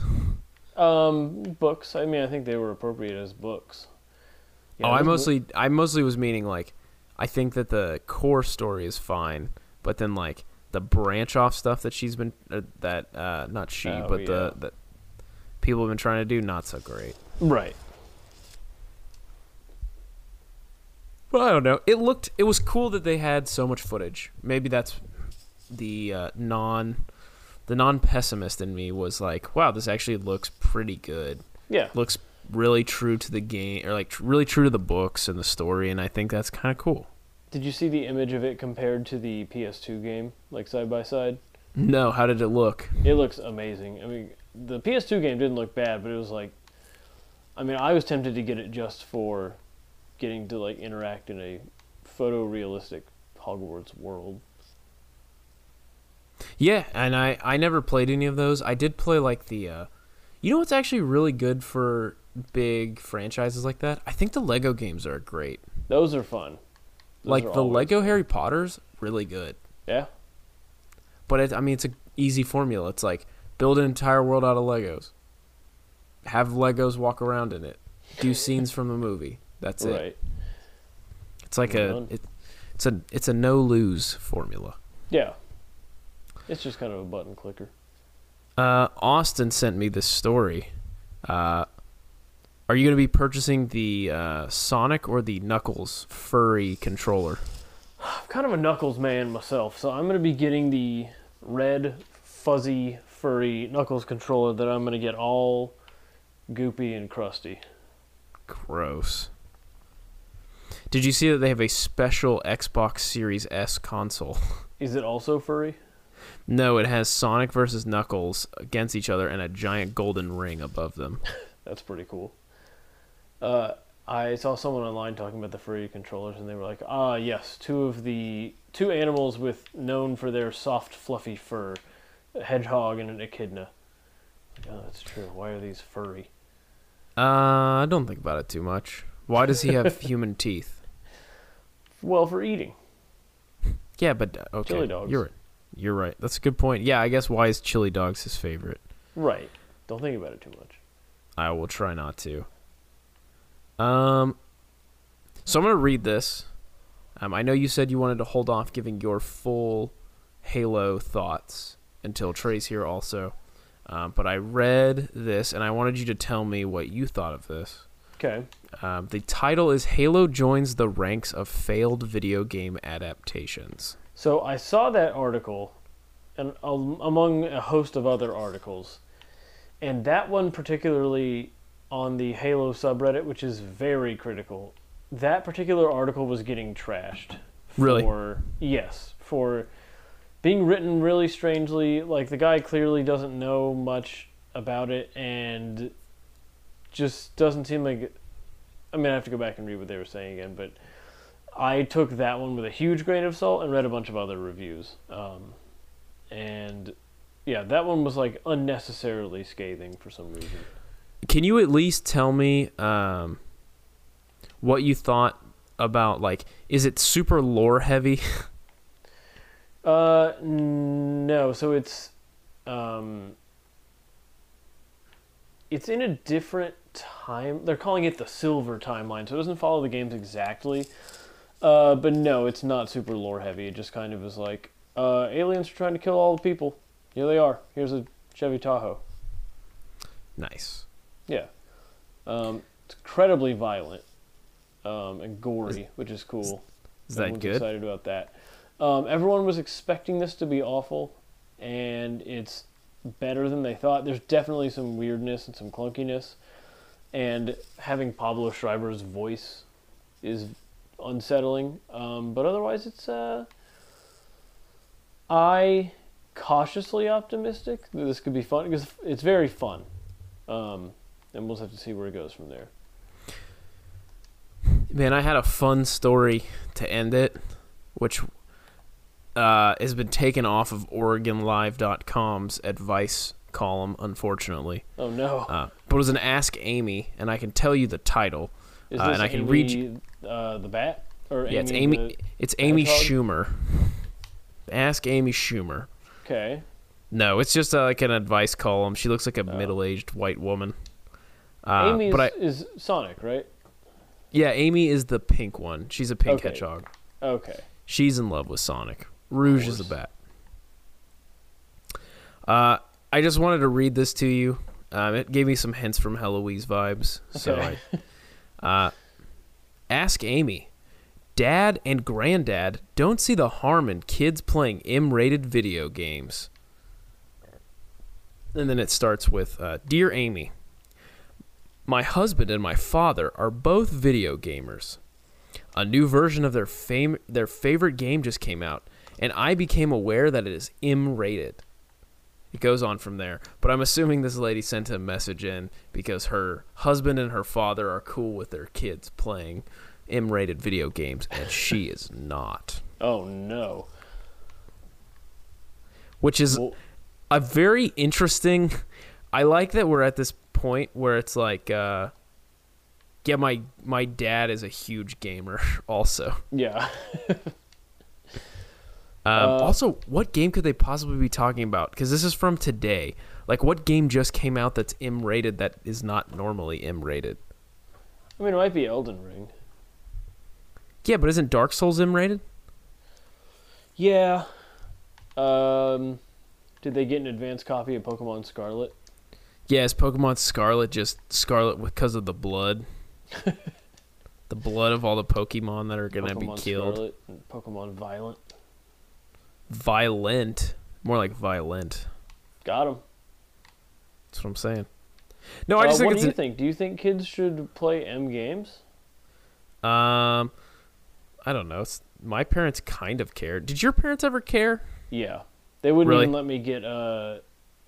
Speaker 2: Um, books. I mean, I think they were appropriate as books. Yeah,
Speaker 3: oh, I
Speaker 2: those mo-
Speaker 3: mostly I mostly was meaning like I think that the core story is fine, but then like the branch off stuff that she's been uh, that uh not she,
Speaker 2: Oh,
Speaker 3: but the
Speaker 2: yeah.
Speaker 3: that people have been trying to do not so great.
Speaker 2: right.
Speaker 3: What Well, I don't know. It looked. It was cool that they had so much footage. Maybe that's the uh, non, the non pessimist in me was like, wow, this actually looks pretty good.
Speaker 2: Yeah.
Speaker 3: Looks really true to the game, or like tr- really true to the books and the story, and I think that's kind of cool.
Speaker 2: Did you see the image of it compared to the PS2 game, like side by side?
Speaker 3: No, how did it look?
Speaker 2: It looks amazing. I mean, the PS2 game didn't look bad, but it was like, I mean, I was tempted to get it just for getting to like interact in a photorealistic Hogwarts world.
Speaker 3: Yeah, and I I never played any of those. I did play like the, uh, you know what's actually really good for big franchises like that? I think the Lego games are great.
Speaker 2: Those are fun. Those
Speaker 3: like
Speaker 2: are
Speaker 3: the
Speaker 2: always-
Speaker 3: Lego Harry Potter's really good.
Speaker 2: Yeah.
Speaker 3: But it, I mean, it's a easy formula. It's like build an entire world out of Legos. Have Legos walk around in it. Do scenes from the movie. That's it.
Speaker 2: right.
Speaker 3: It's like
Speaker 2: Right
Speaker 3: a
Speaker 2: on.
Speaker 3: it, it's a it's a no lose formula.
Speaker 2: Yeah. It's just kind of a button clicker.
Speaker 3: Uh, Austin sent me this story. Uh, are you going to be purchasing the uh, Sonic or the Knuckles furry controller?
Speaker 2: I'm kind of a Knuckles man myself, so I'm going to be getting the red, fuzzy, furry Knuckles controller that I'm going to get all goopy and crusty.
Speaker 3: Gross. Did you see that they have a special Xbox Series S console? <laughs>
Speaker 2: Is it also furry?
Speaker 3: No, it has Sonic versus Knuckles against each other and a giant golden ring above them.
Speaker 2: That's pretty cool. Uh, I saw someone online talking about the furry controllers, and they were like, "Ah, yes, two of the two animals with known for their soft, fluffy fur, a hedgehog and an echidna." Like, Oh, that's true. Why are these furry?
Speaker 3: Uh, I don't think about it too much. Why does
Speaker 2: <laughs>
Speaker 3: he have human teeth?
Speaker 2: Well, for eating.
Speaker 3: Yeah, but uh, okay,
Speaker 2: Chili dogs.
Speaker 3: you're right. You're right. That's a good point. Yeah, I guess why is chili dogs his favorite?
Speaker 2: Right. Don't think about it too much.
Speaker 3: I will try not to. Um, so I'm gonna read this. Um, I know you said you wanted to hold off giving your full Halo thoughts until Trey's here also, um, but I read this and I wanted you to tell me what you thought of this.
Speaker 2: Okay.
Speaker 3: Um, the title is Halo joins the ranks of failed video game adaptations.
Speaker 2: So I saw that article, and um, among a host of other articles, and that one particularly on the Halo subreddit, which is very critical. That particular article was getting trashed.
Speaker 3: Really?
Speaker 2: For, yes, for being written really strangely. Like the guy clearly doesn't know much about it, and just doesn't seem like. I mean, I have to go back and read what they were saying again, but I took that one with a huge grain of salt and read a bunch of other reviews. Um, and yeah, that one was like unnecessarily scathing for some reason.
Speaker 3: Can you at least tell me um, what you thought about like is it super lore heavy?
Speaker 2: Uh, n- no. So it's, um, it's in a different time. They're calling it the silver timeline, so it doesn't follow the games exactly. Uh, but no, it's not super lore heavy. It just kind of is like, uh, aliens are trying to kill all the people. Here they are. Here's a Chevy Tahoe.
Speaker 3: Nice.
Speaker 2: Yeah. Um, it's incredibly violent um, and gory, which is cool.
Speaker 3: Is that
Speaker 2: Everyone's
Speaker 3: good?
Speaker 2: excited about that. Um, everyone was expecting this to be awful, and it's better than they thought. There's definitely some weirdness and some clunkiness, and having Pablo Schreiber's voice is unsettling. Um, but otherwise, it's. Uh, I cautiously optimistic that this could be fun because it's very fun. Um, and we'll just have to see where it goes from there.
Speaker 3: Man, I had a fun story to end it, which uh, has been taken off of OregonLive.com's advice column, unfortunately.
Speaker 2: Oh no!
Speaker 3: Uh, but it was an Ask Amy, and I can tell you the title.
Speaker 2: Is this
Speaker 3: uh, and I can read you-
Speaker 2: Amy, uh, the bat or
Speaker 3: yeah, it's
Speaker 2: Amy?
Speaker 3: Amy.
Speaker 2: the-
Speaker 3: it's Amy
Speaker 2: Hedgehog?
Speaker 3: Schumer. Ask Amy Schumer.
Speaker 2: Okay,
Speaker 3: No, it's just uh, like an advice column. She looks like a
Speaker 2: Oh.
Speaker 3: middle-aged white woman. Uh,
Speaker 2: Amy
Speaker 3: but I,
Speaker 2: is Sonic, right?
Speaker 3: yeah, Amy is the pink one. She's a pink
Speaker 2: Okay.
Speaker 3: hedgehog.
Speaker 2: Okay,
Speaker 3: She's in love with Sonic. Rouge is the bat. Uh, I just wanted to read this to you. Um, it gave me some hints from Heloise vibes. So
Speaker 2: Okay.
Speaker 3: I, uh, ask Amy dad and granddad don't see the harm in kids playing M-rated video games. And then it starts with, uh, "Dear Amy, my husband and my father are both video gamers. A new version of their fam- their favorite game just came out, and I became aware that it is M-rated." It goes on from there, but I'm assuming this lady sent a message in because her husband and her father are cool with their kids playing M-rated video games, and she is not.
Speaker 2: Oh no.
Speaker 3: Which is
Speaker 2: Well,
Speaker 3: a very interesting i like that we're at this point where it's like uh yeah my my dad is a huge gamer <laughs> also
Speaker 2: yeah. <laughs>
Speaker 3: um also what game could they possibly be talking about because this is from today like what game just came out that's m-rated that is not normally m-rated
Speaker 2: I mean, it might be Elden Ring.
Speaker 3: yeah but isn't dark souls m-rated
Speaker 2: Yeah. Um, did they get an advanced copy of Pokemon Scarlet?
Speaker 3: yeah is pokemon scarlet just scarlet because of
Speaker 2: <laughs>
Speaker 3: the blood the blood of all the pokemon that are gonna
Speaker 2: Pokemon
Speaker 3: be killed
Speaker 2: Scarlet and Pokemon Violent.
Speaker 3: violent more like violent
Speaker 2: Got him.
Speaker 3: That's what I'm saying. No, I just
Speaker 2: Uh, what
Speaker 3: think
Speaker 2: do
Speaker 3: it's
Speaker 2: you
Speaker 3: an,
Speaker 2: think? Do you think kids should play M games?
Speaker 3: um, I don't know. It's, my parents kind of cared. Did your parents ever care?
Speaker 2: Yeah, they wouldn't
Speaker 3: Really?
Speaker 2: even let me get uh,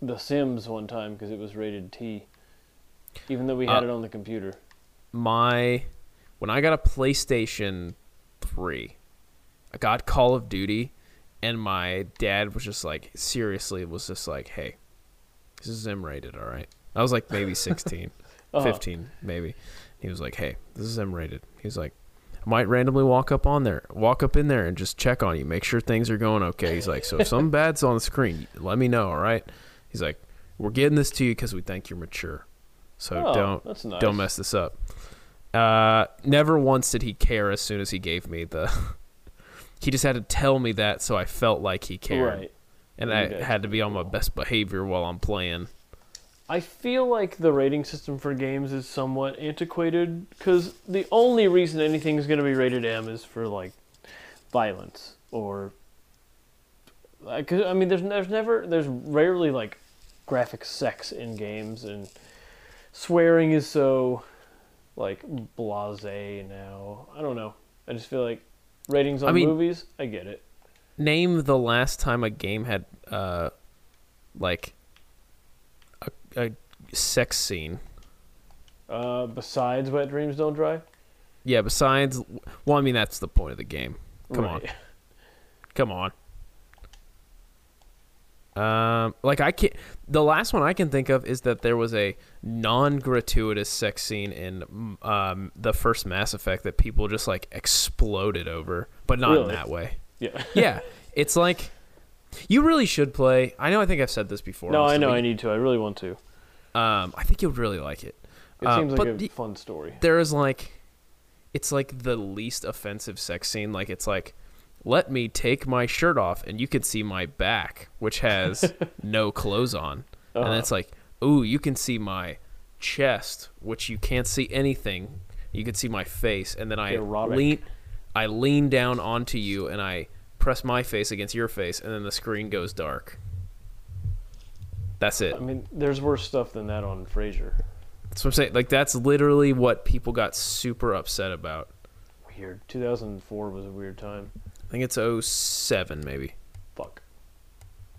Speaker 2: The Sims one time because it was rated T, even though we had
Speaker 3: Uh,
Speaker 2: it on the computer.
Speaker 3: My when I got a PlayStation three, I got Call of Duty, and my dad was just like, seriously, was just like, hey, this is M rated, all right. I was like
Speaker 2: <laughs>
Speaker 3: maybe 16,
Speaker 2: Uh-huh.
Speaker 3: 15, maybe. He was like, hey, this is M rated. He was like, I might randomly walk up on there, walk up in there and just check on you, make sure things are going okay. He's like, so
Speaker 2: <laughs>
Speaker 3: if something bad's on the screen, let me know, all right? He's like, we're getting this to you because we think you're mature. So
Speaker 2: Oh,
Speaker 3: don't
Speaker 2: that's nice.
Speaker 3: don't mess this up. Uh, never once did he care as soon as he gave me the. <laughs> he just had to tell me that so I felt like he cared.
Speaker 2: Right.
Speaker 3: And
Speaker 2: You
Speaker 3: I
Speaker 2: guys
Speaker 3: had to be on my best behavior while I'm playing.
Speaker 2: I feel like the rating system for games is somewhat antiquated because the only reason anything's going to be rated M is for like violence or. I- 'cause, I mean, there's there's never there's rarely like graphic sex in games and swearing is so like blasé now. I don't know. I just feel like ratings on
Speaker 3: I mean-
Speaker 2: movies. I get it.
Speaker 3: Name the last time a game had, uh, like, a, a sex scene.
Speaker 2: Uh, besides, wet dreams don't dry.
Speaker 3: Yeah, besides. Well, I mean, that's the point of the game. Come on.
Speaker 2: Right.
Speaker 3: Come on. Um, like I can't. The last one I can think of is that there was a non-gratuitous sex scene in um, the first Mass Effect that people just like exploded over, but not in
Speaker 2: Really?
Speaker 3: that way.
Speaker 2: <laughs>
Speaker 3: <laughs>
Speaker 2: Yeah.
Speaker 3: Yeah, it's like you really should play. I know. I think I've said this before.
Speaker 2: No, I
Speaker 3: honestly.
Speaker 2: know. I need to. I really want to.
Speaker 3: Um, I think you'd really like it.
Speaker 2: It
Speaker 3: Uh,
Speaker 2: seems like
Speaker 3: but
Speaker 2: a
Speaker 3: the-
Speaker 2: fun story.
Speaker 3: there is like it's like the least offensive sex scene like it's like let me take my shirt off and you can see my back which has no clothes on and it's like ooh you can see my chest which you can't see anything you can see my face and then i
Speaker 2: Erotic.
Speaker 3: lean i lean down onto you and i press my face against your face and then the screen goes dark that's it
Speaker 2: I mean, there's worse stuff than that on Frasier.
Speaker 3: that's what i'm saying like that's literally what people got super upset about
Speaker 2: Weird. 2004 was a weird time.
Speaker 3: I think it's 07 maybe.
Speaker 2: Fuck.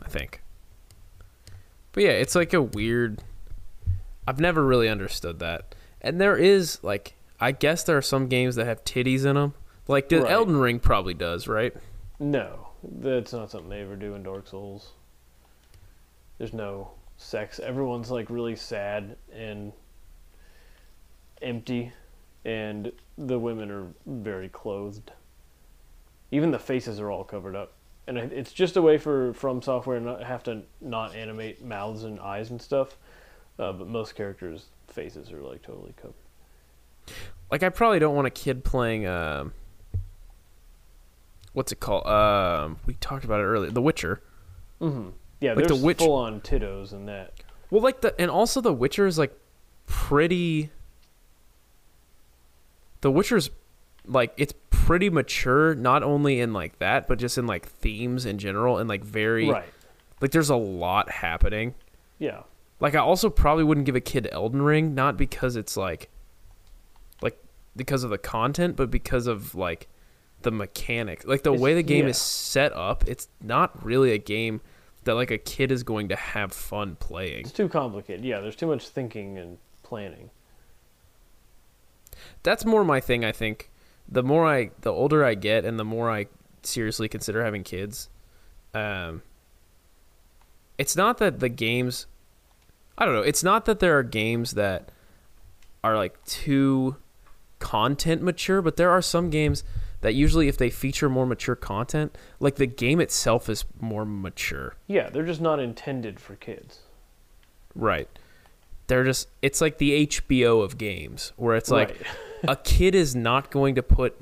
Speaker 3: I think. But yeah, it's like a weird I've never really understood that. And there is like I guess there are some games that have titties in them. Like the
Speaker 2: Right.
Speaker 3: Elden Ring probably does, right?
Speaker 2: No, that's not something they ever do in Dark Souls. There's no sex. Everyone's like really sad and empty, and the women are very clothed. Even the faces are all covered up, and I- it's just a way for From Software not have to not animate mouths and eyes and stuff. Uh, but most characters' faces are like totally covered.
Speaker 3: Like I probably don't want a kid playing um what's it called? Um we talked about it earlier, The Witcher.
Speaker 2: Yeah,
Speaker 3: Like the
Speaker 2: there's
Speaker 3: witch-
Speaker 2: full on tittos in that.
Speaker 3: Well, like the and also the Witcher is like pretty. The Witcher's like it's pretty mature, not only in like that, but just in like themes in general, and like very
Speaker 2: Right.
Speaker 3: like there's a lot happening.
Speaker 2: Yeah.
Speaker 3: Like I also probably wouldn't give a kid Elden Ring, not because it's like like because of the content, but because of like the mechanic. Like the
Speaker 2: It's-
Speaker 3: way the game
Speaker 2: yeah.
Speaker 3: is set up, it's not really a game that like a kid is going to have fun playing.
Speaker 2: It's too complicated. Yeah, there's too much thinking and planning.
Speaker 3: that's more my thing i think the more i the older i get and the more i seriously consider having kids um it's not that the games i don't know it's not that there are games that are like too content mature but there are some games that usually if they feature more mature content like the game itself is more mature
Speaker 2: Yeah, they're just not intended for kids.
Speaker 3: Right. They're just it's like the HBO of games where it's like
Speaker 2: Right. <laughs>
Speaker 3: a kid is not going to put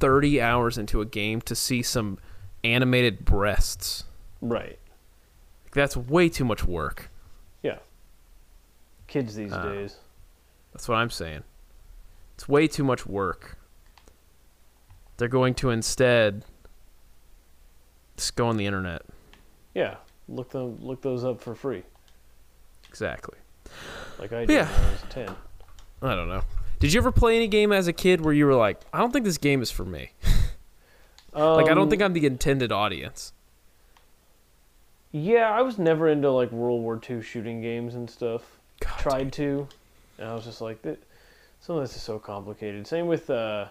Speaker 3: 30 hours into a game to see some animated breasts.
Speaker 2: Right.
Speaker 3: That's way too much work.
Speaker 2: Yeah. Kids
Speaker 3: Ah.
Speaker 2: these days.
Speaker 3: That's what I'm saying. It's way too much work. They're going to instead just go on the internet.
Speaker 2: Yeah. Look them look those up for free.
Speaker 3: Exactly.
Speaker 2: Like I did
Speaker 3: Yeah.
Speaker 2: when I was ten.
Speaker 3: I don't know. Did you ever play any game as a kid where you were like, I don't think this game is for me? like, I don't
Speaker 2: Um,
Speaker 3: think I'm the intended audience.
Speaker 2: Yeah, I was never into like World War II shooting games and stuff.
Speaker 3: God,
Speaker 2: Tried to, and I was just like, "Th- some of this is so complicated. Same with uh,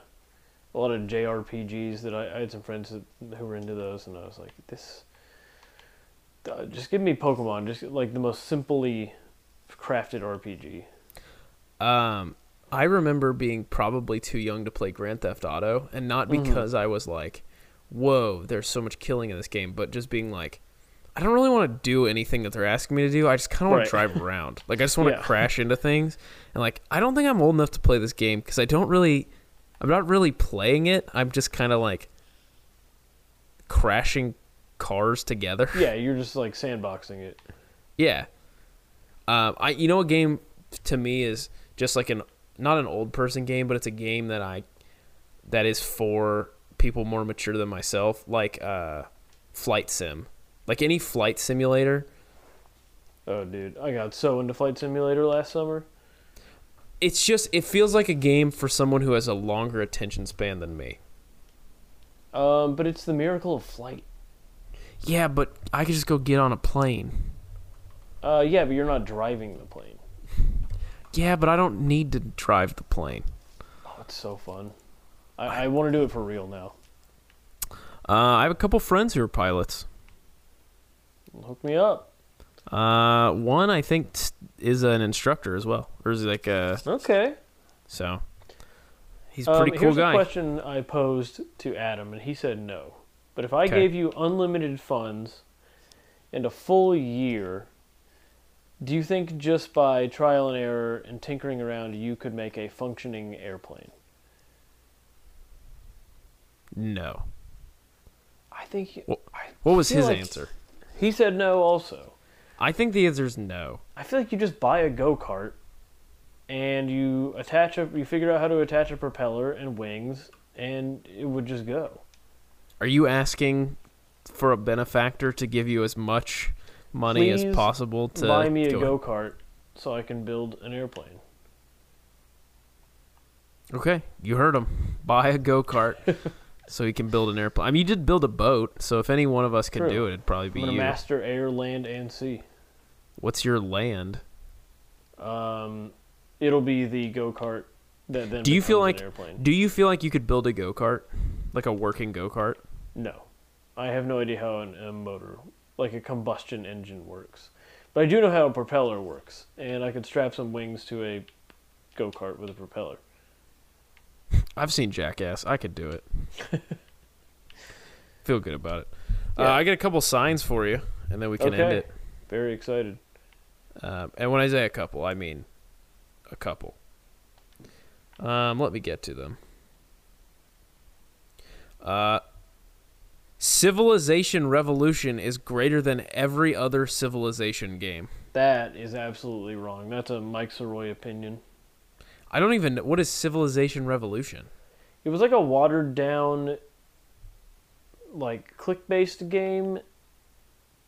Speaker 2: a lot of JRPGs that I, I had some friends that, who were into those, and I was like, this. uh, just give me Pokemon, just like the most simply crafted RPG.
Speaker 3: Um, I remember being probably too young to play Grand Theft Auto, and not
Speaker 2: Mm-hmm.
Speaker 3: because I was like, "Whoa, there's so much killing in this game," but just being like, "I don't really want to do anything that they're asking me to do. I just kind of want
Speaker 2: Right.
Speaker 3: to drive around. Like, I just want to
Speaker 2: <laughs> Yeah.
Speaker 3: crash into things." And like, I don't think I'm old enough to play this game because I don't really, I'm not really playing it. I'm just kind of like crashing cars together.
Speaker 2: Yeah, you're just like sandboxing it.
Speaker 3: Yeah. Um, I you know a game to me is just like an not an old person game, but it's a game that I that is for people more mature than myself, like uh, flight sim, like any flight simulator.
Speaker 2: Oh, dude, I got so into Flight Simulator last summer.
Speaker 3: It's just it feels like a game for someone who has a longer attention span than me.
Speaker 2: Um, but it's the miracle of flight.
Speaker 3: Yeah, but I could just go get on a plane.
Speaker 2: Uh, yeah, but you're not driving the plane.
Speaker 3: Yeah, but I don't need to drive the plane.
Speaker 2: Oh, it's so fun. I, I want to do it for real now.
Speaker 3: Uh, I have a couple friends who are pilots.
Speaker 2: Hook me up.
Speaker 3: Uh, one I think s- is an instructor as well, or is it like a
Speaker 2: Okay.
Speaker 3: So he's a
Speaker 2: Um,
Speaker 3: pretty cool
Speaker 2: here's a
Speaker 3: guy.
Speaker 2: question I posed to Adam, and he said no. But if I
Speaker 3: Okay.
Speaker 2: gave you unlimited funds and a full year, do you think just by trial and error and tinkering around you could make a functioning airplane?
Speaker 3: No.
Speaker 2: I think. He,
Speaker 3: What,
Speaker 2: I
Speaker 3: what was
Speaker 2: feel
Speaker 3: his
Speaker 2: like
Speaker 3: answer?
Speaker 2: He said no. Also,
Speaker 3: I think the answer is no.
Speaker 2: I feel like you just buy a go kart, and you attach a, you figure out how to attach a propeller and wings, and it would just go.
Speaker 3: Are you asking for a benefactor to give you as much money
Speaker 2: Please
Speaker 3: as possible to
Speaker 2: buy me a
Speaker 3: go-
Speaker 2: go kart so I can build an airplane.
Speaker 3: Okay, you heard him. Buy a go kart
Speaker 2: <laughs>
Speaker 3: so he can build an airplane. I mean, you did build a boat, so if any one of us could
Speaker 2: True.
Speaker 3: do it, it'd probably
Speaker 2: I'm
Speaker 3: be
Speaker 2: gonna
Speaker 3: you.
Speaker 2: master air, land, and sea.
Speaker 3: What's your land?
Speaker 2: Um, it'll be the go kart that then.
Speaker 3: Do you feel
Speaker 2: becomes
Speaker 3: like
Speaker 2: an airplane?
Speaker 3: do you feel like you could build a go kart, like a working go kart?
Speaker 2: No, I have no idea how an, a motor, like a combustion engine, works, but I do know how a propeller works, and I could strap some wings to a go kart with a propeller.
Speaker 3: I've seen Jackass. I could
Speaker 2: <laughs>
Speaker 3: do it. Feel good about it. Uh,
Speaker 2: Yeah.
Speaker 3: I got a couple signs for you, and then we can end
Speaker 2: Okay.
Speaker 3: it.
Speaker 2: Very excited.
Speaker 3: Um, and when I say a couple, I mean a couple. Um, let me get to them. Uh, civilization Revolution is greater than every other civilization game.
Speaker 2: That is absolutely wrong. That's a Mike Soroy opinion.
Speaker 3: I don't even know what is Civilization Revolution.
Speaker 2: It was like a watered down, like click based game.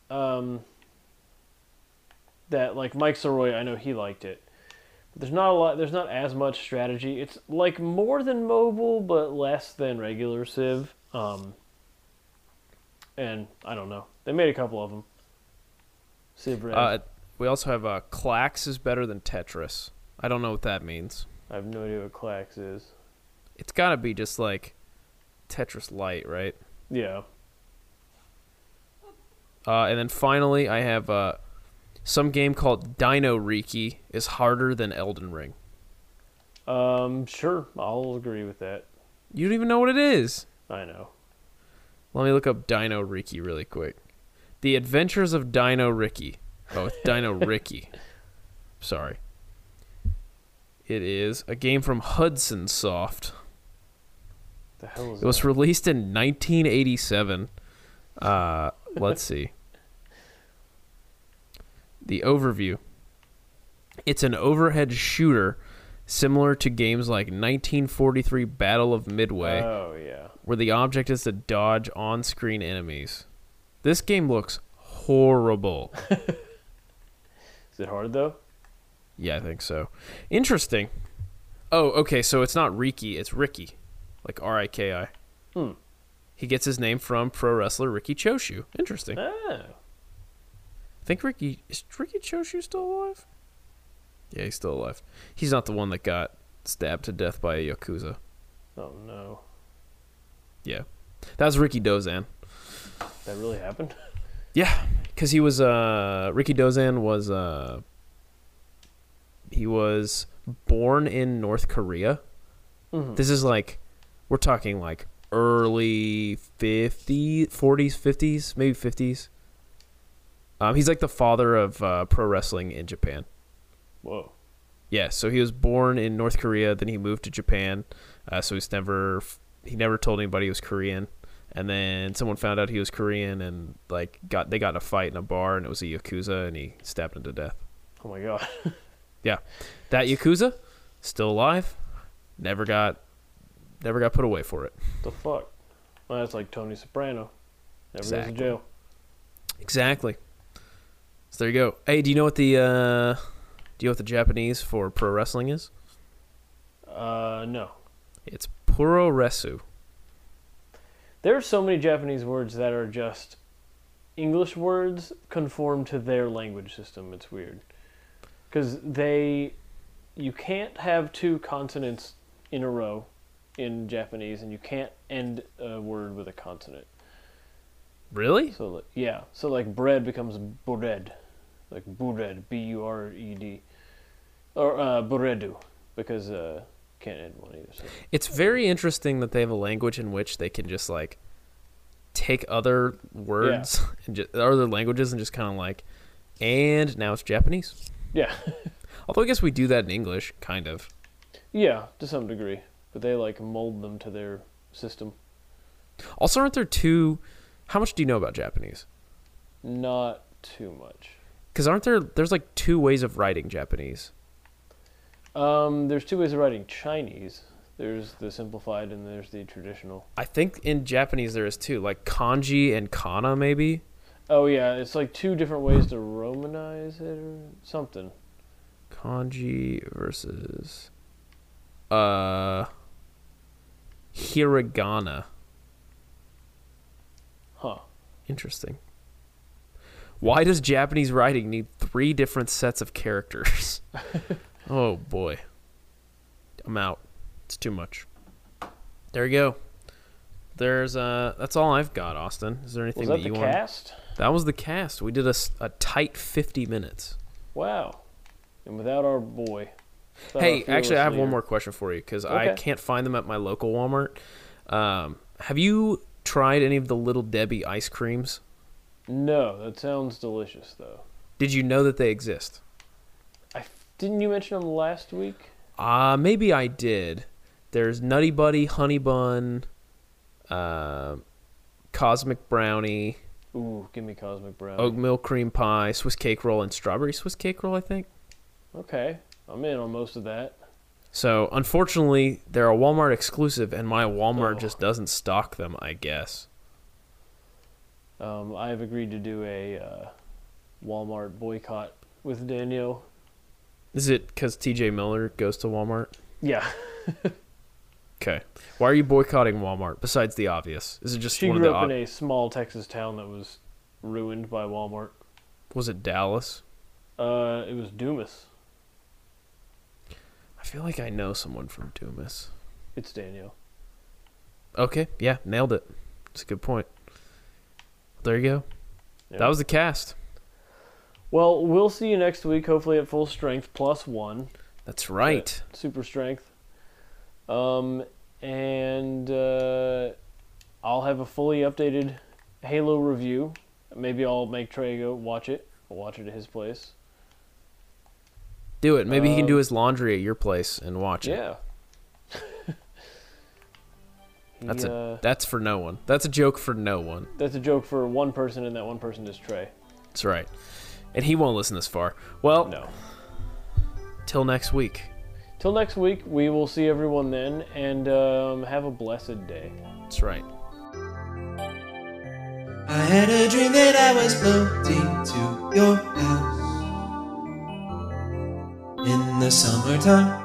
Speaker 2: Um, that like Mike Soroy, I know he liked it. There's not a lot. There's not as much strategy. It's like more than mobile, but less than regular Civ. Um, and I don't know. They made a couple of them. Civ Red.
Speaker 3: Uh, we also have uh, Clax is better than Tetris. I don't know what that means.
Speaker 2: I have no idea what Clax is.
Speaker 3: It's got to be just like Tetris Light, right?
Speaker 2: Yeah.
Speaker 3: Uh, and then finally, I have uh, some game called Dino Riki is harder than Elden Ring.
Speaker 2: Um. Sure. I'll agree with that.
Speaker 3: You don't even know what it is.
Speaker 2: I know.
Speaker 3: Let me look up Dino Riki really quick. The Adventures of Dino Ricky. Oh, it's Dino Ricky. Sorry. It is a game from Hudson Soft.
Speaker 2: The hell is
Speaker 3: It was released in 1987. Uh, let's see. The overview. It's an overhead shooter similar to games like 1943 Battle of Midway,
Speaker 2: Oh yeah.
Speaker 3: where the object is to dodge on screen enemies. This game looks horrible.
Speaker 2: Is it hard though?
Speaker 3: Yeah, I think so. Interesting. Oh, okay, so it's not Riki, it's Ricky. Like R I K I.
Speaker 2: Hmm.
Speaker 3: He gets his name from pro wrestler Ricky Choshu. Interesting. I
Speaker 2: Oh.
Speaker 3: think Ricky is Ricky Choshu still alive? Yeah, he's still alive. He's not the one that got stabbed to death by a Yakuza.
Speaker 2: Oh no.
Speaker 3: Yeah. That was Ricky Dozan.
Speaker 2: That really happened. <laughs>
Speaker 3: Yeah, because he was uh Ricky Dozan was uh he was born in North Korea.
Speaker 2: Mhm.
Speaker 3: This is like we're talking like early 50 40s 50s maybe 50s um, he's like the father of uh, pro wrestling in japan
Speaker 2: Whoa.
Speaker 3: yeah so he was born in north korea then he moved to japan uh, so he's never he never told anybody he was korean and then someone found out he was korean and like got they got in a fight in a bar and it was a yakuza and he stabbed him to death
Speaker 2: Oh my god. <laughs>
Speaker 3: yeah that yakuza still alive never got never got put away for it
Speaker 2: the fuck. Well, that's like Tony Soprano. Never goes
Speaker 3: Exactly.
Speaker 2: to jail.
Speaker 3: Exactly. So there you go. Hey, do you know what the uh, do you know what the Japanese for pro wrestling is?
Speaker 2: Uh, no.
Speaker 3: It's puro resu.
Speaker 2: There are so many Japanese words that are just English words conform to their language system. It's weird. Because they. You can't have two consonants in a row in Japanese, and you can't end a word with a consonant.
Speaker 3: Really?
Speaker 2: So, like, yeah. So, like, bread becomes bured. Like, bured. B U R E D. Or, uh, buredu. Because, uh, can't end one either. So.
Speaker 3: It's very interesting that they have a language in which they can just like take other words <laughs> and just, or other languages and just kind of like, and now it's Japanese.
Speaker 2: Yeah. <laughs>
Speaker 3: Although I guess we do that in English, kind of.
Speaker 2: yeah, to some degree. But they, like, mold them to their system.
Speaker 3: Also, aren't there two? How much do you know about Japanese?
Speaker 2: Not too much.
Speaker 3: Because aren't there? There's like two ways of writing Japanese.
Speaker 2: Um, there's two ways of writing Chinese. There's the simplified and there's the traditional.
Speaker 3: I think in Japanese there is too, like kanji and kana maybe.
Speaker 2: Oh yeah, it's like two different ways to Romanize it or something.
Speaker 3: Kanji versus uh hiragana.
Speaker 2: Huh.
Speaker 3: Interesting. Why does Japanese writing need three different sets
Speaker 2: <laughs>
Speaker 3: of characters? oh boy. I'm out. It's too much. There you go. There's uh that's all I've got, Austin. Is there anything
Speaker 2: Was
Speaker 3: that,
Speaker 2: that the
Speaker 3: you want?
Speaker 2: cast?
Speaker 3: That was the cast. We did a, s- a tight 50 minutes.
Speaker 2: Wow. And without our boy. without
Speaker 3: Hey,
Speaker 2: our
Speaker 3: actually, I have one
Speaker 2: fearless
Speaker 3: more question for you because I
Speaker 2: Okay.
Speaker 3: can't find them at my local Walmart. Um, have you tried any of the Little Debbie ice creams?
Speaker 2: leader. No, that sounds delicious though.
Speaker 3: Did you know that they exist?
Speaker 2: I f- didn't you mention them last week?
Speaker 3: Uh, maybe I did. There's Nutty Buddy, Honey Bun, uh, Cosmic Brownie,
Speaker 2: Ooh, give me Cosmic Brown.
Speaker 3: Oatmeal Cream Pie, Swiss Cake Roll, and Strawberry Swiss Cake Roll, I think.
Speaker 2: Okay, I'm in on most of that.
Speaker 3: So unfortunately, they're a Walmart exclusive, and my Walmart
Speaker 2: Oh.
Speaker 3: just doesn't stock them. I guess.
Speaker 2: Um, I have agreed to do a uh, Walmart boycott with Danielle.
Speaker 3: Is it because T.J. Miller goes to Walmart?
Speaker 2: Yeah, <laughs>
Speaker 3: Okay. Why are you boycotting Walmart besides the obvious? Is it just
Speaker 2: she
Speaker 3: one
Speaker 2: grew
Speaker 3: of the
Speaker 2: up in
Speaker 3: ob-
Speaker 2: a small Texas town that was ruined by Walmart.
Speaker 3: was it Dallas?
Speaker 2: Uh, it was Dumas.
Speaker 3: I feel like I know someone from Dumas.
Speaker 2: It's Danielle.
Speaker 3: Okay, yeah, nailed it. It's a good point. There you go.
Speaker 2: Yeah.
Speaker 3: That was the cast.
Speaker 2: well. We'll see you next week. Hopefully at full strength plus one.
Speaker 3: That's right.
Speaker 2: super strength. Um, and uh, I'll have a fully updated Halo review. Maybe I'll make Trey go watch it. I'll watch it at his place.
Speaker 3: Do it. Maybe he can
Speaker 2: Um,
Speaker 3: do his laundry at your place and watch it.
Speaker 2: Yeah. He,
Speaker 3: That's
Speaker 2: uh,
Speaker 3: a that's for no one. That's a joke for no one.
Speaker 2: that's a joke for one person, and that one person is Trey.
Speaker 3: That's right. And he won't listen this far. Well,
Speaker 2: No.
Speaker 3: till next week.
Speaker 2: Till next week, we will see everyone then, and um, have a blessed day.
Speaker 3: That's right.
Speaker 4: I had a dream that I was floating to your house in the summertime.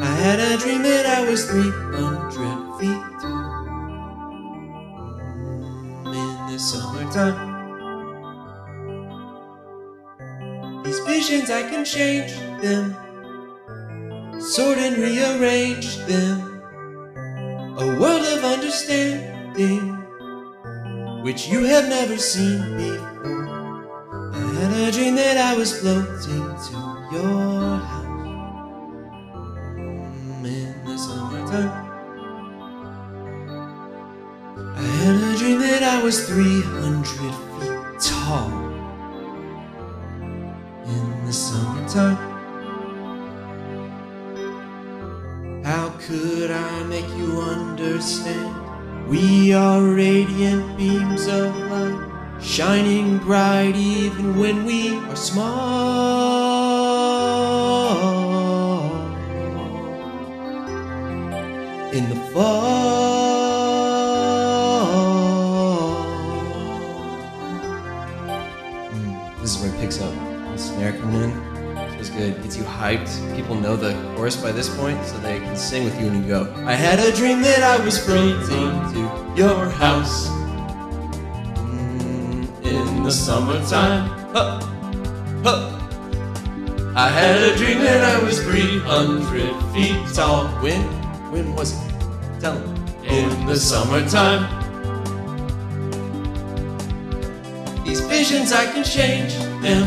Speaker 4: I had a dream that I was 300 feet tall Mm, in the summertime. These visions, I can change them, sort and rearrange them a world of understanding which you have never seen before. I had a dream that I was floating to your house Mm, in the summertime. I had a dream that I was 300 feet tall in the summertime. How could I make you understand? We are radiant beams of light, shining bright even when we are small. In the fall. Mm, this is where it picks up. The snare coming in feels good. Gets you hyped. People know the chorus by this point, so they can sing with you when you go. I had a dream that I was floating to your house Mm, in the summertime. Huh. Huh. I had a dream that I was 300 feet tall. When? When was it? Tell 'em. In the summertime. These visions, I can change them